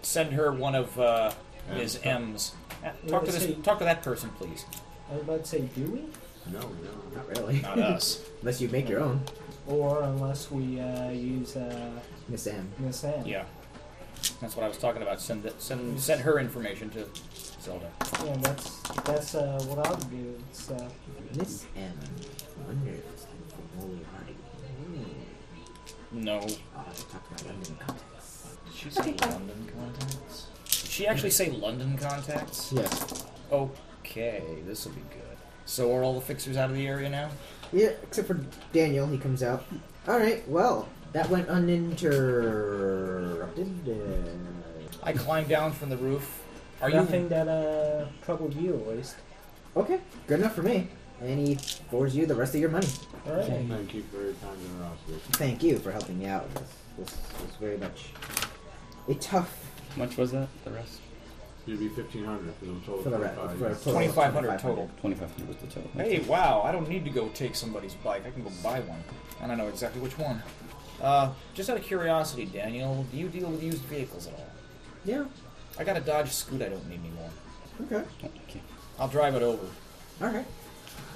Speaker 4: send her one of uh, Ms. M's. Uh, Talk to
Speaker 2: Let's
Speaker 4: this.
Speaker 2: see.
Speaker 4: Talk to that person, please.
Speaker 2: I was about to Uh, say, do we?
Speaker 6: No, no.
Speaker 5: Not (laughs) really.
Speaker 2: (laughs)
Speaker 4: Not us.
Speaker 5: Unless you make your own.
Speaker 2: Or unless we uh, use uh,
Speaker 5: Miss M.
Speaker 2: Miss Anne.
Speaker 4: Yeah, that's what I was talking about. Send the, send send her information to Zelda.
Speaker 2: Yeah, that's that's uh, what I would do. It's, uh,
Speaker 5: Miss M. I wonder if it's time for Molly Hardy. Hmm.
Speaker 4: No,
Speaker 5: I'll have to talk about London contacts.
Speaker 4: she said London contacts. Did she actually say London contacts?
Speaker 5: Yes.
Speaker 4: Okay, this will be good. So are all the fixers out of the area now?
Speaker 5: Yeah, except for Daniel, he comes out. Alright, well, that went uninterrupted. Uh,
Speaker 4: I climbed down from the roof. Are
Speaker 2: nothing
Speaker 4: you?
Speaker 2: that uh, troubled you, at least.
Speaker 5: okay, good enough for me. And he forwards you the rest of your money.
Speaker 2: All right.
Speaker 6: Thank you for your time and generosity.
Speaker 5: Thank you for helping me out with this. This was very much a tough
Speaker 7: How much was that? The rest?
Speaker 6: It'd be fifteen hundred for the total.
Speaker 5: for the re- for a
Speaker 6: 25.
Speaker 5: total of
Speaker 4: 2,500 total.
Speaker 7: Twenty-five hundred was the total.
Speaker 4: Hey, wow, I don't need to go take somebody's bike. I can go buy one. And I know exactly which one. Uh, just out of curiosity, Daniel, do you deal with used vehicles at all?
Speaker 5: Yeah.
Speaker 4: I got a Dodge Scoot I don't need anymore.
Speaker 5: Okay.
Speaker 7: Okay.
Speaker 4: I'll drive it over.
Speaker 5: All right.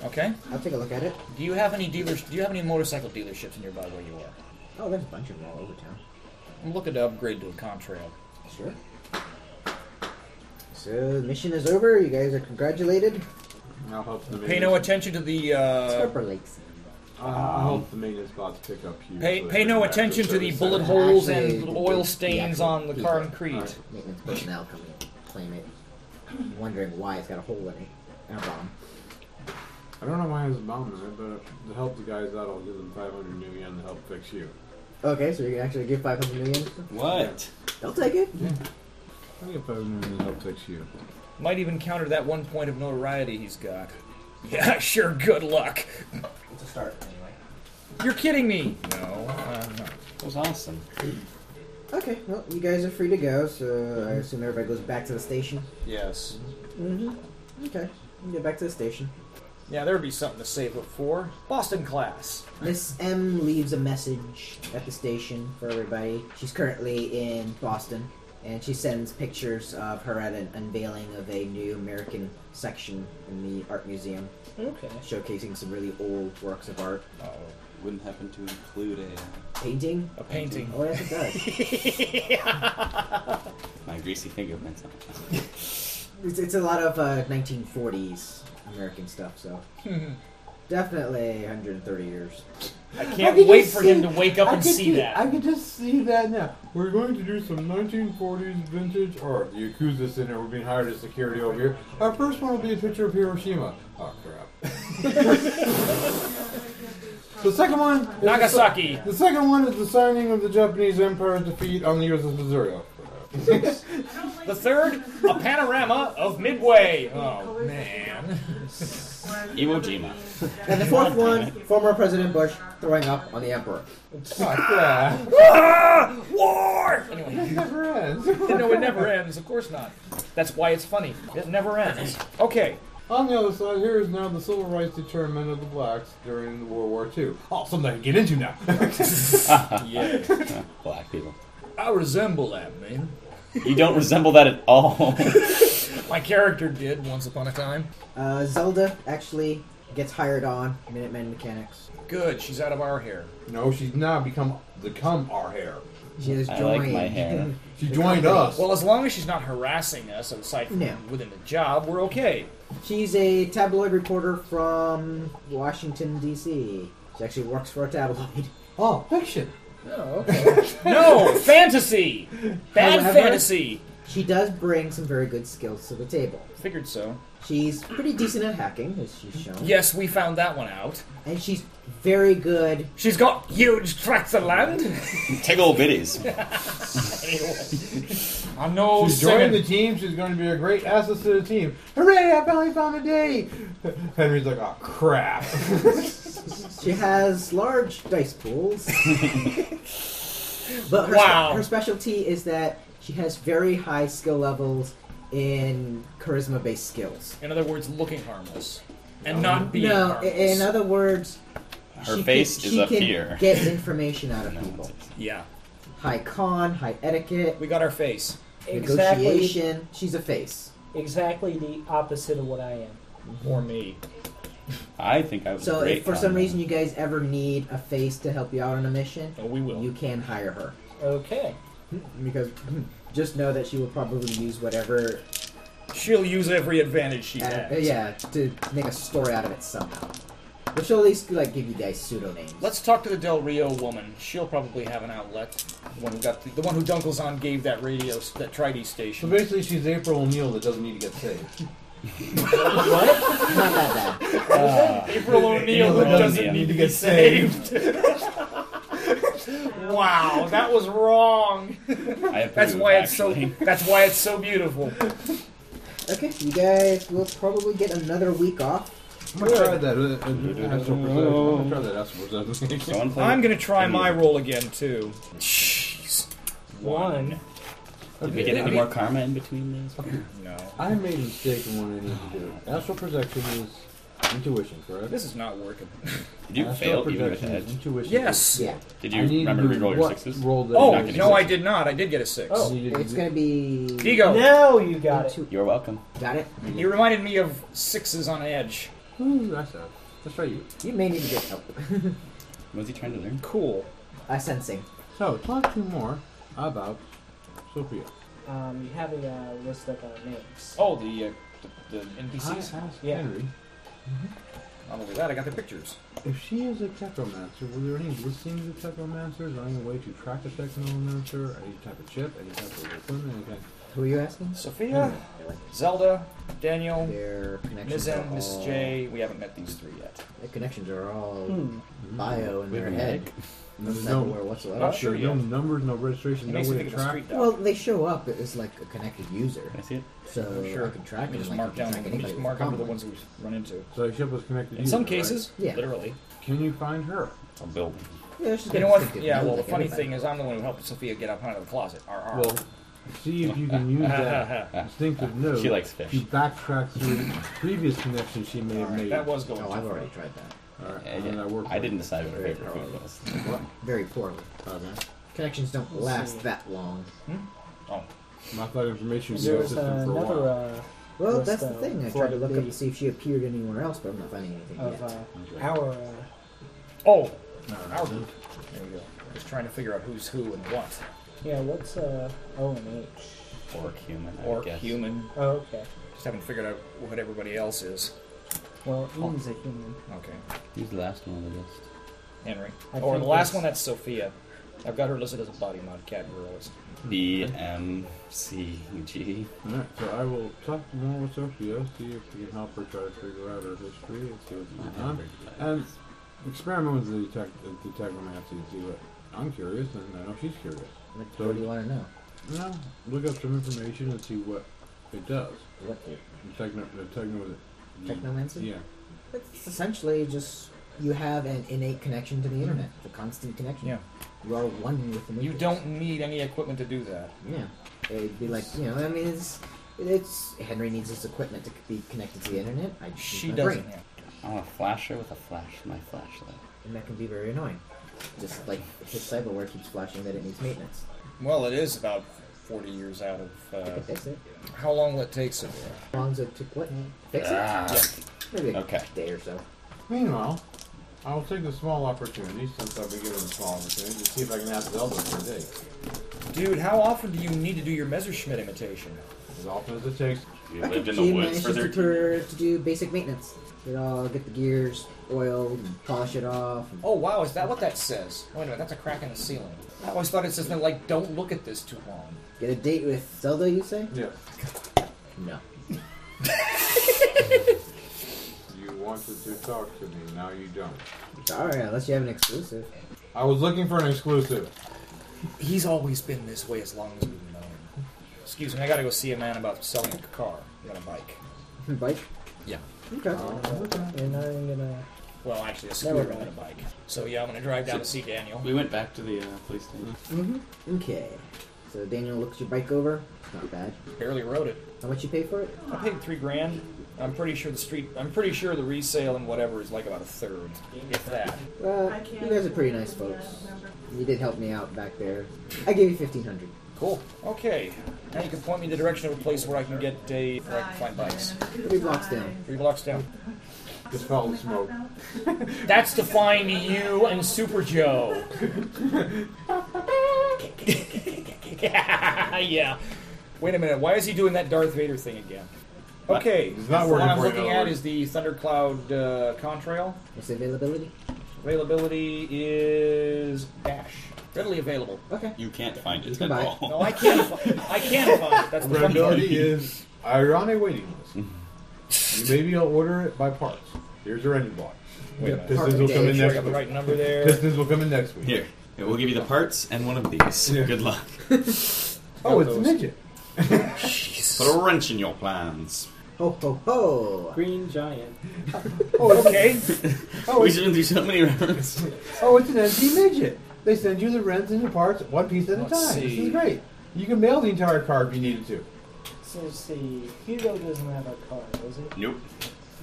Speaker 4: Okay?
Speaker 5: I'll take a look at it.
Speaker 4: Do you have any dealers? Do you have any motorcycle dealerships nearby where you are?
Speaker 5: Oh, there's a bunch of them all over town.
Speaker 4: I'm looking to upgrade to a Contrail.
Speaker 5: Sure. So the mission is over. You guys are congratulated.
Speaker 6: I'll help the
Speaker 4: Pay no
Speaker 6: maintenance.
Speaker 4: attention to the. Uh,
Speaker 5: Scarborough Lakes.
Speaker 6: I'll I'll help the maintenance bots pick up Hugh.
Speaker 4: pay
Speaker 6: so they
Speaker 4: pay
Speaker 6: can
Speaker 4: no
Speaker 6: back
Speaker 4: attention to the
Speaker 6: service
Speaker 4: bullet
Speaker 6: center.
Speaker 4: holes
Speaker 5: Actually,
Speaker 4: and
Speaker 5: the-
Speaker 4: oil
Speaker 5: the
Speaker 4: stains
Speaker 5: actual
Speaker 4: on the
Speaker 5: people.
Speaker 4: concrete.
Speaker 5: Maintenance personnel come in, claim it, wondering why it's got a hole in it and a bomb.
Speaker 6: I don't know why I was bombing it, but to help the guys out, I'll give them 500 new yen to help fix you.
Speaker 5: Okay, so you can actually give 500 million.
Speaker 7: What?
Speaker 5: They'll take it.
Speaker 6: I'll give 500 new yen to help fix you.
Speaker 4: Might even counter that one point of notoriety he's got. (laughs) Yeah, sure, good luck.
Speaker 5: It's a start, anyway.
Speaker 4: You're kidding me. No, I'm not.
Speaker 7: It was awesome.
Speaker 5: Okay, well, you guys are free to go, so I assume everybody goes back to the station.
Speaker 8: Yes.
Speaker 5: Mm-hmm. Okay, you get back to the station.
Speaker 4: Yeah, there'd be something to save up for. Boston class.
Speaker 5: Miss M leaves a message at the station for everybody. She's currently in Boston, and she sends pictures of her at an unveiling of a new American section in the art museum,
Speaker 2: Okay.
Speaker 5: showcasing some really old works of art.
Speaker 3: Wouldn't happen to include a uh,
Speaker 5: Painting?
Speaker 4: A painting.
Speaker 5: Oh, yes, it does.
Speaker 7: My greasy finger went up.
Speaker 5: it's, it's a lot of uh, 1940s American stuff, so. Definitely 130 years.
Speaker 4: I
Speaker 6: How
Speaker 4: can't
Speaker 6: could you
Speaker 4: wait for him
Speaker 6: see-
Speaker 4: to wake up
Speaker 6: I
Speaker 4: and
Speaker 6: could
Speaker 4: see
Speaker 6: ju-
Speaker 4: that.
Speaker 6: I can just see that now. We're going to do some 1940s vintage art. The Yakuza's in there. We're being hired as security over here. Our first one will be a picture of Hiroshima. Oh, crap. (laughs) the second one... is the-
Speaker 4: Nagasaki.
Speaker 6: The second one is the signing of the Japanese Empire's defeat on the USS Missouri. Oh, crap. (laughs)
Speaker 4: The third, a panorama
Speaker 6: (laughs)
Speaker 4: of Midway. Oh man.
Speaker 7: Iwo Jima.
Speaker 5: And the fourth one, former President Bush throwing up on the emperor.
Speaker 6: Fuck yeah.
Speaker 4: (laughs)
Speaker 6: (laughs)
Speaker 4: Ah! War. Anyway,
Speaker 6: It never ends.
Speaker 4: no, it never ends. Of course not. That's why it's funny. It never ends. Okay.
Speaker 6: On the other side, here is now the civil rights determinant of the blacks during World War II. Oh, something I can get into now.
Speaker 4: Yeah.
Speaker 7: Black people.
Speaker 4: I resemble that man.
Speaker 7: You don't resemble that at all. (laughs)
Speaker 4: My character did once upon a time.
Speaker 5: Uh, Zelda actually gets hired on Minutemen Mechanics.
Speaker 4: Good. She's out of our hair.
Speaker 6: (laughs) no, she's now become become our hair.
Speaker 5: She has
Speaker 7: Mm-hmm. I like
Speaker 5: joined.
Speaker 7: my
Speaker 5: (laughs)
Speaker 7: hair.
Speaker 6: She joined us.
Speaker 4: Well, as long as she's not harassing us aside from
Speaker 5: No.
Speaker 4: within the job, we're okay.
Speaker 5: She's a tabloid reporter from Washington, D.C. She actually works for a tabloid.
Speaker 6: oh, fiction.
Speaker 4: (laughs) No fantasy. Bad
Speaker 5: Oh, However-
Speaker 4: fantasy.
Speaker 5: She does bring some very good skills to the table.
Speaker 4: Figured so.
Speaker 5: She's pretty decent at hacking, as she's shown.
Speaker 4: Yes, we found that one out.
Speaker 5: And she's very good.
Speaker 4: She's got huge tracts of land.
Speaker 7: Tiggle bitties.
Speaker 4: I know
Speaker 6: She's joining the team. She's going to be a great asset to the team. Hooray! I finally found a day. (laughs) Henry's like, oh (laughs) crap.
Speaker 5: She has large
Speaker 7: (laughs)
Speaker 5: dice pools. but her,
Speaker 4: Wow.
Speaker 5: her specialty is that she has very high skill levels in charisma based skills.
Speaker 4: In other words, looking harmless and not being
Speaker 5: Um, no, i-
Speaker 4: harmless.
Speaker 5: in other words,
Speaker 7: Her
Speaker 5: she
Speaker 7: face
Speaker 5: can,
Speaker 7: is
Speaker 5: she
Speaker 7: up
Speaker 5: can
Speaker 7: here.
Speaker 5: Get information out of people.
Speaker 4: yeah,
Speaker 5: High con, high etiquette,
Speaker 4: we got our face.
Speaker 2: Exactly.
Speaker 5: negotiation. She's a face.
Speaker 2: Exactly the opposite of what I am.
Speaker 4: Or me.
Speaker 7: I think I was
Speaker 5: So
Speaker 7: great.
Speaker 5: if for some
Speaker 7: combo.
Speaker 5: reason you guys ever need a face to help you out on a mission,
Speaker 4: Oh, we will.
Speaker 5: you can hire her. Hmm,
Speaker 2: Okay.
Speaker 5: Because just know that she will probably use whatever,
Speaker 4: She'll use every advantage she
Speaker 5: uh,
Speaker 4: has.
Speaker 5: yeah, to make a story out of it somehow. But she'll at least like give you guys pseudonames.
Speaker 4: Let's talk to the Del Rio woman. She'll probably have an outlet. The one who got the, the one who Dunkles on gave that radio s- that Trite
Speaker 6: so
Speaker 4: station.
Speaker 6: basically, she's April O'Neil that doesn't need to get saved.
Speaker 5: Not that bad.
Speaker 4: April O'Neil who
Speaker 7: O'Neil.
Speaker 4: doesn't need to get saved. (laughs) wow, that was wrong.
Speaker 7: I approve,
Speaker 4: That's why it's so.
Speaker 7: actually.
Speaker 4: (laughs) That's why it's so beautiful.
Speaker 5: Okay, you guys will probably get another week off.
Speaker 6: I'm gonna try that. uh, uh, astral perception. I'm gonna try that astral perception.
Speaker 7: Someone play
Speaker 4: I'm gonna try my roll again too. Jeez.
Speaker 2: One.
Speaker 7: Did we get any more karma in between these?
Speaker 4: No.
Speaker 6: I made a mistake in what I need to do. Astral projection is intuition, correct?
Speaker 4: This is not working.
Speaker 7: Did you
Speaker 6: astral
Speaker 7: fail even with
Speaker 6: projection is
Speaker 7: edge?
Speaker 6: intuition.
Speaker 4: Yes.
Speaker 5: Yeah.
Speaker 7: Did
Speaker 6: I
Speaker 7: you
Speaker 6: need
Speaker 7: remember
Speaker 6: to
Speaker 7: to re-roll your
Speaker 6: what
Speaker 7: sixes?
Speaker 6: Roll that
Speaker 4: Oh
Speaker 7: Not getting
Speaker 4: no, I
Speaker 7: six.
Speaker 4: did not. I did get a six.
Speaker 2: Oh.
Speaker 6: You didn't
Speaker 5: It's
Speaker 6: do-
Speaker 5: gonna be.
Speaker 1: Oh.
Speaker 4: Digo,
Speaker 2: Now you got it.
Speaker 5: Into-
Speaker 7: You're welcome.
Speaker 5: Got it.
Speaker 4: he reminded me of sixes on edge.
Speaker 6: Ooh, that's sad. Let's try you.
Speaker 5: You may need to get help. (laughs)
Speaker 7: What was he trying to learn?
Speaker 4: Cool.
Speaker 5: uh, sensing.
Speaker 6: So, talk to more about Sophia.
Speaker 2: Um, you have a uh, list of uh, names.
Speaker 4: Oh, the uh, the, the
Speaker 6: I
Speaker 4: NPCs.
Speaker 6: asked
Speaker 2: Yeah.
Speaker 6: Henry
Speaker 4: Not only that, I got the pictures.
Speaker 6: if she is a technomancer. Were there any listings of technomancers? Or any way to track a technomancer? Any type of chip? Any type of weapon? Any kind?
Speaker 5: Who are you asking?
Speaker 4: Sophia, Zelda, Daniel,
Speaker 5: Their connections
Speaker 4: Ms. M,
Speaker 5: are all,
Speaker 4: Mrs. J. We haven't met these three yet.
Speaker 5: Their connections are all bio in their
Speaker 7: Wait a
Speaker 5: head.
Speaker 11: There's
Speaker 5: No.
Speaker 11: no,
Speaker 5: Nowhere whatsoever.
Speaker 4: Not Oh, sure
Speaker 11: there's
Speaker 4: yet.
Speaker 11: no numbers, no registration,
Speaker 4: It
Speaker 11: no
Speaker 4: makes me
Speaker 11: way to
Speaker 4: think of a
Speaker 11: track.
Speaker 4: street dog.
Speaker 5: Well, they show up as like a connected user,
Speaker 7: Can I see it?
Speaker 5: so
Speaker 4: Sure.
Speaker 5: I can track
Speaker 4: Let me
Speaker 5: them.
Speaker 4: just
Speaker 5: Like
Speaker 4: mark
Speaker 5: I
Speaker 4: down,
Speaker 5: can track
Speaker 4: let me
Speaker 5: anybody
Speaker 4: just
Speaker 5: with
Speaker 4: mark
Speaker 5: a
Speaker 4: over the
Speaker 5: comma.
Speaker 4: ones we've run into.
Speaker 11: So the ship was connected.
Speaker 4: In
Speaker 11: either,
Speaker 4: some
Speaker 11: right?
Speaker 4: cases,
Speaker 5: Yeah.
Speaker 4: literally.
Speaker 11: can you find her?
Speaker 7: It's a building.
Speaker 5: Yeah, she's
Speaker 4: You know
Speaker 5: got
Speaker 4: what?
Speaker 5: distinctive
Speaker 4: Yeah,
Speaker 5: nose
Speaker 4: well, the
Speaker 5: like
Speaker 4: funny
Speaker 5: everybody.
Speaker 4: thing is, I'm the one who helped Sophia get up out of the closet. RR.
Speaker 11: Well, see if you can use
Speaker 7: (laughs)
Speaker 11: that distinctive note.
Speaker 7: She likes fish.
Speaker 11: She backtracks through previous connections she may have made.
Speaker 4: that was going
Speaker 5: Oh,
Speaker 4: too
Speaker 5: I've
Speaker 4: far.
Speaker 5: already tried that.
Speaker 11: All right,
Speaker 7: Yeah,
Speaker 11: and
Speaker 7: yeah.
Speaker 11: that worked
Speaker 7: I
Speaker 11: for
Speaker 7: didn't
Speaker 11: you.
Speaker 7: decide what her
Speaker 5: Very
Speaker 7: favorite food was.
Speaker 5: Very poorly. Connections don't last that long.
Speaker 11: My thought information was
Speaker 2: There
Speaker 11: in the
Speaker 2: was
Speaker 11: system for a
Speaker 2: another
Speaker 11: while.
Speaker 2: uh,
Speaker 5: Well,
Speaker 2: Yes,
Speaker 5: that's the
Speaker 2: uh,
Speaker 5: thing. I
Speaker 2: it's
Speaker 5: tried
Speaker 2: like
Speaker 5: to look up
Speaker 2: the-
Speaker 5: to see if she appeared anywhere else, but I'm not finding anything
Speaker 2: of
Speaker 5: yet.
Speaker 2: uh, our uh,
Speaker 4: Oh, our group. There we go. Just trying to figure out who's who and what.
Speaker 2: yeah. What's uh, O and H?
Speaker 7: Orc human, I
Speaker 4: Or
Speaker 7: guess.
Speaker 4: human.
Speaker 2: Oh, okay.
Speaker 4: Just haven't figured out what everybody else is.
Speaker 2: Well, Ian's a human.
Speaker 4: Okay.
Speaker 7: Who's the last one on the list?
Speaker 4: Henry.
Speaker 2: I
Speaker 4: or
Speaker 2: think
Speaker 4: the last
Speaker 2: it's-
Speaker 4: one, that's Sophia. I've got her listed as a body mod categorist.
Speaker 7: B M C G.
Speaker 11: All right, so I will talk more with Sophia, see if we can help her try to figure out her history and see what's going
Speaker 6: Uh-huh.
Speaker 11: on. And
Speaker 7: Mm-hmm.
Speaker 11: experiment with the detect the detechomancy and see what I'm curious, and I know she's curious.
Speaker 5: What, what do you want to know?
Speaker 11: Now, look up some information and see what it does.
Speaker 5: What the
Speaker 11: The techno, the techno, the,
Speaker 5: technomancy?
Speaker 11: yeah.
Speaker 5: It's essentially just you have an innate connection to the internet, a constant connection.
Speaker 4: Yeah.
Speaker 5: You're all one with the
Speaker 4: You
Speaker 5: matrix.
Speaker 4: don't need any equipment to do that.
Speaker 5: Yeah. It'd be like you know. I mean, it's it's Henry needs his equipment to be connected to the internet. I just
Speaker 4: She
Speaker 5: need my
Speaker 4: doesn't.
Speaker 5: brain.
Speaker 4: yeah.
Speaker 7: I want to flash her with a flash, my flashlight.
Speaker 5: and that can be very annoying. Just like his cyberware keeps flashing that it needs maintenance.
Speaker 4: Well, it is about 40 years out of.
Speaker 5: Okay, (laughs)
Speaker 4: Uh,
Speaker 5: fix it.
Speaker 4: how long will it take, Sophia?
Speaker 5: How long does it took what? Fix it?
Speaker 7: Ah.
Speaker 5: Maybe a
Speaker 7: Okay.
Speaker 5: day or so.
Speaker 6: Meanwhile, I will take the small opportunity, since I've been given a small opportunity, to see if I can ask Zelda for a date.
Speaker 4: Dude, how often do you need to do your Messerschmitt imitation?
Speaker 6: As often as it takes.
Speaker 7: You
Speaker 5: Okay,
Speaker 7: lived in
Speaker 5: she
Speaker 7: the woods
Speaker 5: manages
Speaker 7: for
Speaker 5: to,
Speaker 7: 13
Speaker 5: put her
Speaker 7: years.
Speaker 5: to do basic maintenance. Get all get the gears oiled and polish it off. and-
Speaker 4: Oh wow, is that what that says? Wait a minute, that's a crack in the ceiling. I always thought it says something like, "Don't look at this too long."
Speaker 5: Get a date with Zelda, you say?
Speaker 6: Yeah.
Speaker 5: No.
Speaker 6: You wanted to talk to me, now you don't.
Speaker 5: Sorry, unless you have an exclusive. (laughs)
Speaker 6: I was looking for an exclusive.
Speaker 4: He's always been this way as long as we've known him. Excuse me, I gotta go see a man about selling a car and a bike.
Speaker 5: Bike?
Speaker 4: Yeah.
Speaker 5: Okay.
Speaker 2: And I'm gonna.
Speaker 4: Well, actually, a scooter
Speaker 2: mind.
Speaker 4: and a bike. So yeah, I'm gonna drive down to see Daniel.
Speaker 7: We went back to the uh, police station.
Speaker 5: Mm-hmm. Okay. So Daniel looks your bike over. Not bad.
Speaker 4: Barely rode it.
Speaker 5: How much you pay for it?
Speaker 4: I paid three grand. I'm pretty sure the street. I'm pretty sure the resale and whatever is like about a third, if that.
Speaker 5: Well, Uh, you guys are pretty nice folks. You did help me out back there. I gave you fifteen hundred.
Speaker 4: Cool. Okay. Now you can point me in the direction of a place where I can get a where I can find bikes.
Speaker 5: Three blocks down.
Speaker 4: Three blocks down.
Speaker 6: Just fell in smoke.
Speaker 4: That's to find you and Super Joe. (laughs) yeah. Wait a minute. Why is he doing that Darth Vader thing again? Okay.
Speaker 6: It's not
Speaker 4: the
Speaker 6: working
Speaker 4: one I'm
Speaker 6: for you,
Speaker 4: looking
Speaker 6: though.
Speaker 4: at is the Thundercloud uh, contrail.
Speaker 5: What's the availability?
Speaker 4: Availability is dash readily available.
Speaker 5: Okay.
Speaker 7: You can't find it
Speaker 5: can
Speaker 7: at
Speaker 5: buy it.
Speaker 7: all.
Speaker 4: No, I can't. Find, (laughs) I can't find it. That's the funny part.
Speaker 6: Availability is ironic waiting list. You maybe I'll order it by parts. Here's your ending block.
Speaker 4: Wait a minute.
Speaker 6: Pistons will
Speaker 5: Perfect.
Speaker 6: come
Speaker 4: Make
Speaker 6: in
Speaker 4: sure I
Speaker 6: next
Speaker 4: got the
Speaker 6: week.
Speaker 4: right number there.
Speaker 6: Pistons will come in next week.
Speaker 7: Here, it will give you the parts and one of these. Good luck.
Speaker 6: Oh, it's
Speaker 4: Those.
Speaker 6: a midget.
Speaker 7: Put a wrench in your plans.
Speaker 5: Ho ho ho!
Speaker 2: Green giant.
Speaker 4: Oh, okay.
Speaker 7: (laughs)
Speaker 6: Oh,
Speaker 7: we
Speaker 6: it's,
Speaker 7: shouldn't do so many rounds.
Speaker 6: oh, it's an empty midget. They send you the rents and the parts one piece at a
Speaker 4: Let's
Speaker 6: time. This
Speaker 4: see.
Speaker 6: is great. You can mail the entire car if you needed to.
Speaker 2: So let's see. Hugo doesn't have a car, does he?
Speaker 7: (laughs) nope.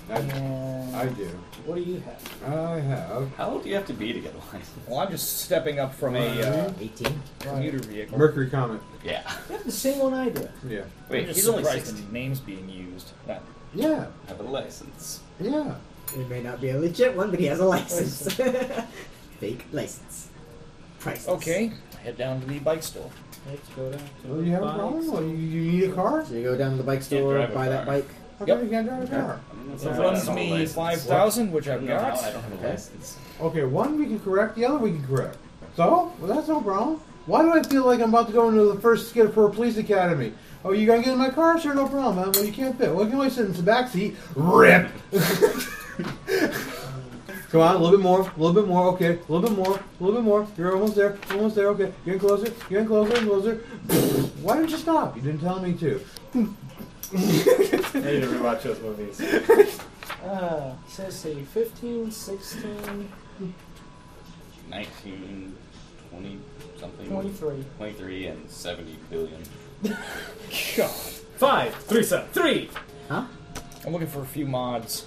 Speaker 6: I,
Speaker 2: And
Speaker 6: I do.
Speaker 2: what do you have?
Speaker 6: I have
Speaker 7: How old do you have to be to get a license?
Speaker 4: Well, I'm just stepping up from a uh,
Speaker 5: Eighteen.
Speaker 4: commuter vehicle.
Speaker 6: Mercury Comet.
Speaker 7: Yeah.
Speaker 2: You have the same one I do.
Speaker 6: Yeah.
Speaker 4: Wait,
Speaker 7: Wait,
Speaker 4: just
Speaker 7: he's only
Speaker 4: surprised
Speaker 7: 16.
Speaker 4: the name's being used. Not-
Speaker 6: Yeah.
Speaker 7: Have a license.
Speaker 6: Yeah.
Speaker 5: It may not be a legit one, but he has a license. (laughs) Fake license. Priceless.
Speaker 4: Okay, head down to the bike store.
Speaker 2: Let's go down to
Speaker 6: Well, Oh, you have a
Speaker 2: bikes.
Speaker 6: problem? Well, you, you need a car?
Speaker 5: So you go down to the bike store,
Speaker 7: drive a
Speaker 5: buy that
Speaker 7: car.
Speaker 5: bike.
Speaker 6: How come
Speaker 4: Yep.
Speaker 6: you can't drive a car?
Speaker 4: It runs me five thousand, which I've
Speaker 7: (laughs) No,
Speaker 4: got.
Speaker 7: I don't have a license.
Speaker 6: Okay, one we can correct, the other we can correct. So, well, that's no problem. Why do I feel like I'm about to go into the first skit for a police academy? Oh, you gonna get in my car? Sure, no problem. man. Well, you can't fit. Well, you can only sit in the back seat. Rip. (laughs) Come on, a little bit more, a little bit more. Okay, a little bit more, a little bit more. You're almost there, almost there. Okay, you're getting closer, you're getting closer, closer. (laughs) Why did you stop? You didn't tell me to.
Speaker 1: I need to rewatch those movies.
Speaker 2: Uh, so let's see, 15, 16,
Speaker 7: 19, 20 something.
Speaker 2: 23.
Speaker 7: Mm-hmm. 23 and 70 billion.
Speaker 4: God.
Speaker 1: Five, three, seven, three.
Speaker 4: I'm looking for a few mods.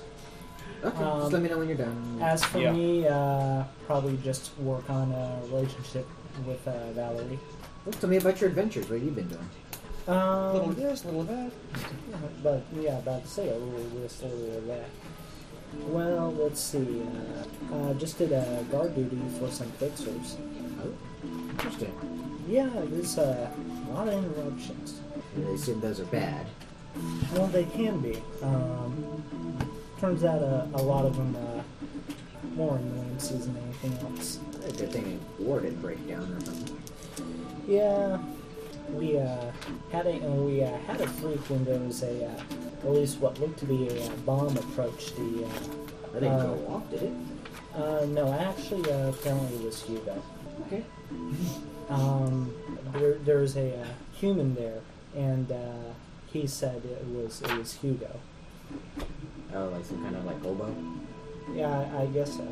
Speaker 5: Okay,
Speaker 2: Um,
Speaker 5: just let me know when you're done.
Speaker 2: As for
Speaker 4: Yeah.
Speaker 2: me, uh, probably just work on a relationship with uh, Valerie.
Speaker 5: Well, tell me about your adventures. What have you been doing?
Speaker 2: Um,
Speaker 8: Little this, little that.
Speaker 2: But yeah, about to say a little this, a little that. Well, let's see. Uh, uh, just did uh, guard duty for some fixers.
Speaker 5: Oh, interesting.
Speaker 2: Yeah, there's uh, a lot of interruptions.
Speaker 5: I assume those are bad.
Speaker 2: Well, they can be. Um, turns out uh, a lot of them are more annoyances than anything else.
Speaker 5: It's a Good thing a war didn't break down or something.
Speaker 2: Yeah, we uh, had a uh, we uh, had a freak when there was a uh, at least what looked to be a uh, bomb approach the. Uh,
Speaker 5: That didn't
Speaker 2: Uh,
Speaker 5: go off, did it?
Speaker 2: Uh, no, actually, uh, apparently it was Hugo.
Speaker 5: Okay.
Speaker 2: Um, there, there was a uh, human there, and uh, he said it was it was Hugo.
Speaker 5: Oh, like some kind of like hobo.
Speaker 2: Yeah, I, I guess so.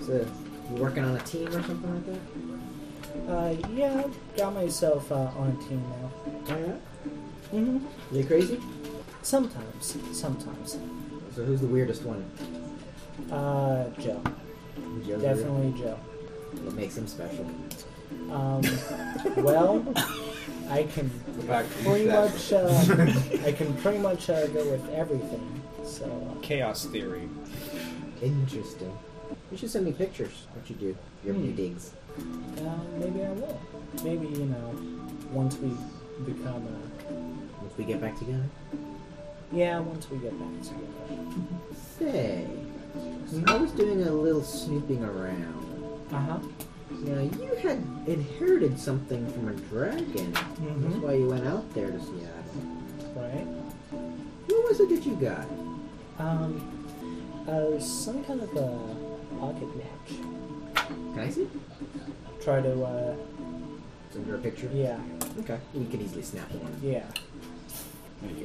Speaker 5: So you working on a team or something like that?
Speaker 2: Uh, yeah, got myself uh, on a team now.
Speaker 5: Yeah.
Speaker 2: hmm
Speaker 5: Are you crazy?
Speaker 2: Sometimes, sometimes.
Speaker 5: So who's the weirdest one?
Speaker 2: Uh, Joe,
Speaker 5: Joe's weird.
Speaker 2: definitely Joe.
Speaker 5: What makes him special?
Speaker 2: Um, (laughs) well, I can
Speaker 6: The back
Speaker 2: pretty much uh, I can pretty much uh, go with everything. So. Uh,
Speaker 4: Chaos Theory.
Speaker 5: Interesting. You should send me pictures. What you do? Your
Speaker 2: Hmm.
Speaker 5: new digs.
Speaker 2: Uh, maybe I will. Maybe, you know, once we become a.
Speaker 5: Once we get back together.
Speaker 2: Yeah, once we get back together.
Speaker 5: Say, I was doing a little snooping around.
Speaker 2: Uh huh.
Speaker 5: Now you had inherited something from a dragon. That's
Speaker 2: Mm
Speaker 5: why you went out there to Seattle.
Speaker 2: hmm. Right?
Speaker 5: What was it that you got?
Speaker 2: Um, uh, some kind of a pocket match.
Speaker 5: Can I see? it?
Speaker 2: Try to, uh,
Speaker 5: It's under a picture.
Speaker 2: yeah,
Speaker 5: Okay. We can easily snap one.
Speaker 2: yeah,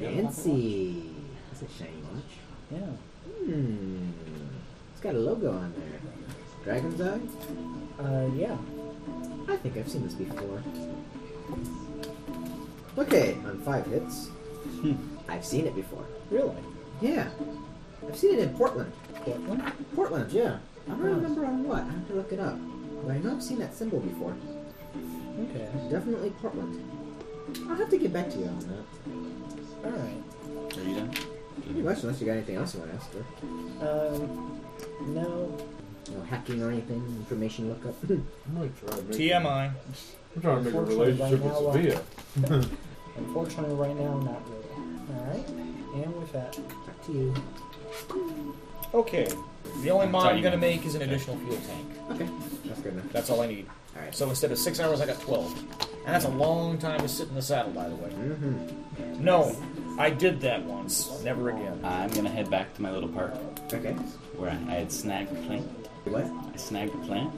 Speaker 5: Fancy. That's a shiny watch.
Speaker 2: yeah.
Speaker 5: Hmm. It's got a logo on there. Dragon's eye.
Speaker 2: Uh, yeah.
Speaker 5: I think I've seen this before. Okay, on five
Speaker 2: (laughs)
Speaker 5: hits. I've seen it before.
Speaker 2: Really?
Speaker 5: Yeah. I've seen it in Portland.
Speaker 2: Portland?
Speaker 5: Portland, yeah. I don't
Speaker 2: Huh.
Speaker 5: remember on what. I have to look it up. But I know I've seen that symbol before.
Speaker 2: Okay.
Speaker 5: Definitely Portland. I'll have to get back to you on that.
Speaker 2: Alright.
Speaker 7: Are you done?
Speaker 5: Pretty much, unless you got anything else you want to ask for.
Speaker 2: Um, no.
Speaker 5: No hacking or anything, information lookup.
Speaker 6: (laughs)
Speaker 5: (laughs)
Speaker 6: I'm gonna try to make-
Speaker 4: TMI.
Speaker 6: I'm trying to make a
Speaker 2: Unfortunately,
Speaker 6: relationship with
Speaker 2: right now, uh,
Speaker 6: Sophia.
Speaker 2: Unfortunately, right now, not really. Alright. And with that.
Speaker 5: Talk to you.
Speaker 4: Okay. The only mod I'm
Speaker 7: Titan.
Speaker 4: gonna make is an additional fuel tank.
Speaker 5: Okay, that's good enough.
Speaker 4: That's all I need.
Speaker 5: Alright.
Speaker 4: So instead of six hours, I got twelve. And that's a long time to sit in the saddle, by the way.
Speaker 5: Mm-hmm.
Speaker 4: No, I did that once. Never again.
Speaker 7: I'm gonna head back to my little park
Speaker 5: Okay.
Speaker 7: where I, I had snagged a plant.
Speaker 5: What?
Speaker 7: I snagged a plant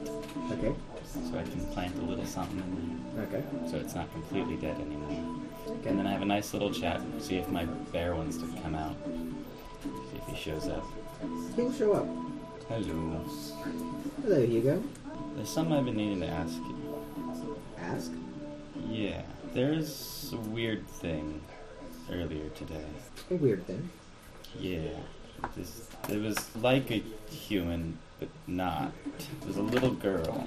Speaker 5: Okay.
Speaker 7: so I can plant a little something in
Speaker 5: Okay.
Speaker 7: there so it's not completely dead anymore.
Speaker 5: Okay.
Speaker 7: And then I have a nice little chat, see if my bear wants to come out. See if he shows up.
Speaker 5: He'll show up.
Speaker 7: Hello.
Speaker 5: Hello, Hugo.
Speaker 7: There's something I've been needing to ask you.
Speaker 5: Ask.
Speaker 7: Yeah, there's a weird thing earlier today.
Speaker 5: A weird thing.
Speaker 7: Yeah, this, it was like a human, but not. It was a little girl,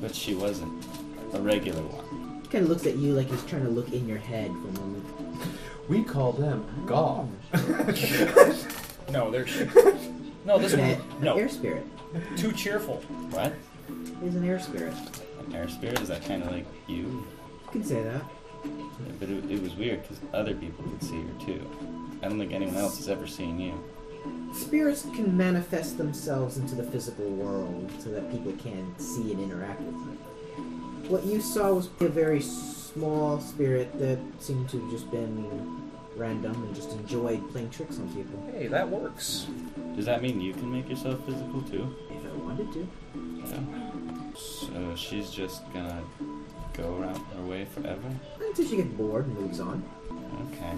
Speaker 7: but she wasn't a regular one.
Speaker 5: Kind of looks at you like he's trying to look in your head for a moment. Oh,
Speaker 6: We call them God.
Speaker 5: (laughs)
Speaker 4: No, there's. No, this
Speaker 7: (laughs)
Speaker 5: An
Speaker 4: one. No,
Speaker 5: air spirit.
Speaker 4: too cheerful.
Speaker 7: What?
Speaker 5: He's an air spirit.
Speaker 7: An air spirit? Is that kind of like you?
Speaker 5: You can say that.
Speaker 7: Yeah, but it, it was weird because other people could see her too. I don't think anyone else has ever seen you.
Speaker 5: Spirits can manifest themselves into the physical world so that people can see and interact with them. what you saw was a very small spirit that seemed to have just been random and just enjoyed playing tricks on people.
Speaker 8: Hey, that works.
Speaker 7: Does that mean you can make yourself physical too?
Speaker 5: If I wanted to.
Speaker 7: Yeah. So she's just gonna go around her way forever?
Speaker 5: Until she gets bored and moves on.
Speaker 7: Okay.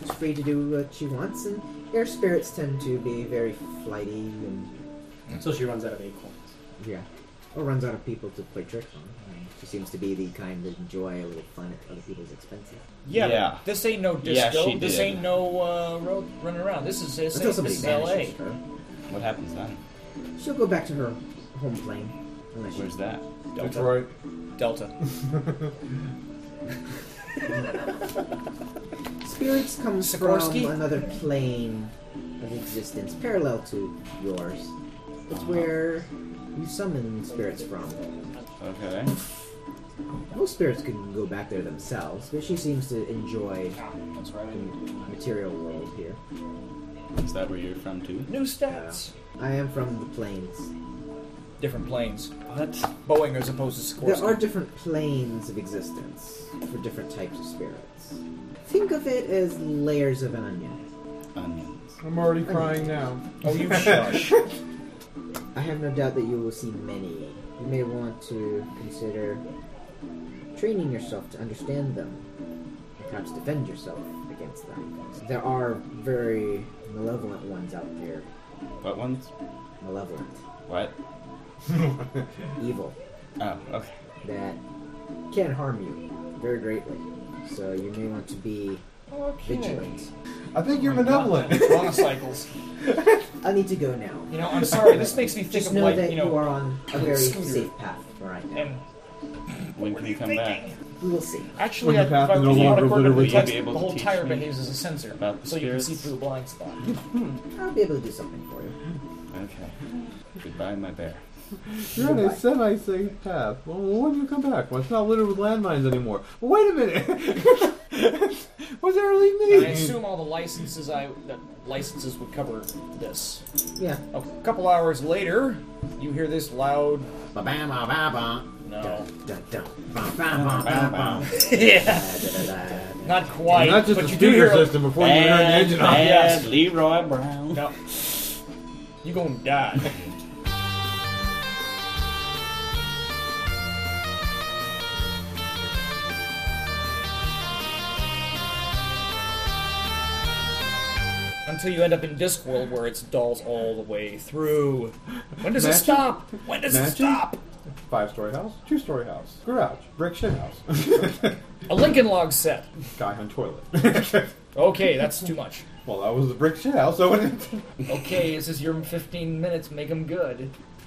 Speaker 5: She's free to do what she wants, and air spirits tend to be very flighty and
Speaker 1: So she runs out of acorns.
Speaker 5: Yeah. Or runs out of people to play tricks on. I mean, she seems to be the kind that enjoy a little fun at other people's expenses.
Speaker 4: Yeah,
Speaker 7: Yeah.
Speaker 4: but this ain't no
Speaker 7: Yeah,
Speaker 4: disco.
Speaker 7: she
Speaker 4: this
Speaker 7: did.
Speaker 4: ain't no uh, road running around. This is this,
Speaker 5: Until
Speaker 4: ain't,
Speaker 5: somebody
Speaker 4: this is L.A.
Speaker 5: banishes her.
Speaker 7: What happens then?
Speaker 5: She'll go back to her home plane. Unless she
Speaker 7: Where's that?
Speaker 4: Delta.
Speaker 6: Detroit.
Speaker 4: Delta.
Speaker 5: Spirits come
Speaker 4: Sikorsky?
Speaker 5: from another plane of existence, parallel to yours. It's
Speaker 7: Uh-huh.
Speaker 5: where you summon spirits from.
Speaker 7: Okay.
Speaker 5: Most spirits can go back there themselves, but she seems to enjoy
Speaker 4: That's right.
Speaker 5: the material world here.
Speaker 7: Is that where you're from too?
Speaker 4: New stats.
Speaker 5: I am from the planes.
Speaker 4: Different planes.
Speaker 7: What?
Speaker 4: Boeing as opposed to Sikorsky.
Speaker 5: There are different planes of existence for different types of spirits. Think of it as layers of an onion.
Speaker 7: Onions.
Speaker 6: I'm already crying now.
Speaker 4: oh, you
Speaker 5: (laughs)
Speaker 4: shush.
Speaker 5: I have no doubt that you will see many. You may want to consider training yourself to understand them, and perhaps defend yourself against them. There are very malevolent ones out there.
Speaker 7: What ones?
Speaker 5: Malevolent,
Speaker 7: What?
Speaker 5: evil,
Speaker 7: Oh, okay.
Speaker 5: that can harm you very greatly. So you may want to be vigilant.
Speaker 6: I think you're benevolent.
Speaker 4: Monocycles.
Speaker 5: I need to go now.
Speaker 4: You know, I'm sorry. This makes me think
Speaker 5: Just
Speaker 4: of
Speaker 5: know
Speaker 4: like
Speaker 5: that
Speaker 4: you
Speaker 5: you,
Speaker 4: know.
Speaker 5: are on a very
Speaker 4: scooter.
Speaker 5: safe path right now.
Speaker 4: and
Speaker 7: When can you come back?
Speaker 5: we will see.
Speaker 11: When
Speaker 4: actually,
Speaker 11: the
Speaker 4: I, if
Speaker 11: path
Speaker 4: I
Speaker 11: is no
Speaker 4: if you want to
Speaker 11: longer
Speaker 4: burn
Speaker 11: whatever
Speaker 4: it with
Speaker 7: you be
Speaker 4: text, the
Speaker 7: able to
Speaker 4: whole
Speaker 7: teach
Speaker 4: tire
Speaker 7: me
Speaker 4: behaves as a sensor,
Speaker 7: about the
Speaker 4: so you can see
Speaker 7: spirits?
Speaker 4: through a blind spot.
Speaker 5: I'll be able to do something for you.
Speaker 7: Okay. Goodbye, my bear.
Speaker 6: (laughs) You're on a semi-safe path. Well, when do you come back? Well, it's not littered with landmines anymore. Well, wait a (laughs) minute. What's that really
Speaker 4: And I
Speaker 6: mean?
Speaker 4: assume all the licenses I that licenses would cover this.
Speaker 5: Yeah.
Speaker 4: A couple hours later, you hear this loud
Speaker 5: Ba bam ba ba
Speaker 4: no.
Speaker 5: Oh. ba.
Speaker 4: yeah,
Speaker 5: (laughs)
Speaker 4: not quite.
Speaker 6: Not just
Speaker 4: but
Speaker 6: the
Speaker 4: you do hear.
Speaker 6: speaker
Speaker 4: a-
Speaker 6: system before you turn the engine on.
Speaker 4: Yes.
Speaker 7: bad Leroy Brown.
Speaker 4: No. You gonna die. Until you end up in Discworld where it's dolls all the way through. When does it
Speaker 6: Imagine-
Speaker 4: stop? When does it
Speaker 6: imagine-
Speaker 4: stop?
Speaker 6: Five-story house, two-story house, garage, brick shit house, (laughs)
Speaker 4: A Lincoln log set.
Speaker 6: guy on toilet. (laughs)
Speaker 4: Okay, that's too much.
Speaker 6: well, that was the brick shit house. So it
Speaker 4: Okay, this is your 15 minutes, make them good.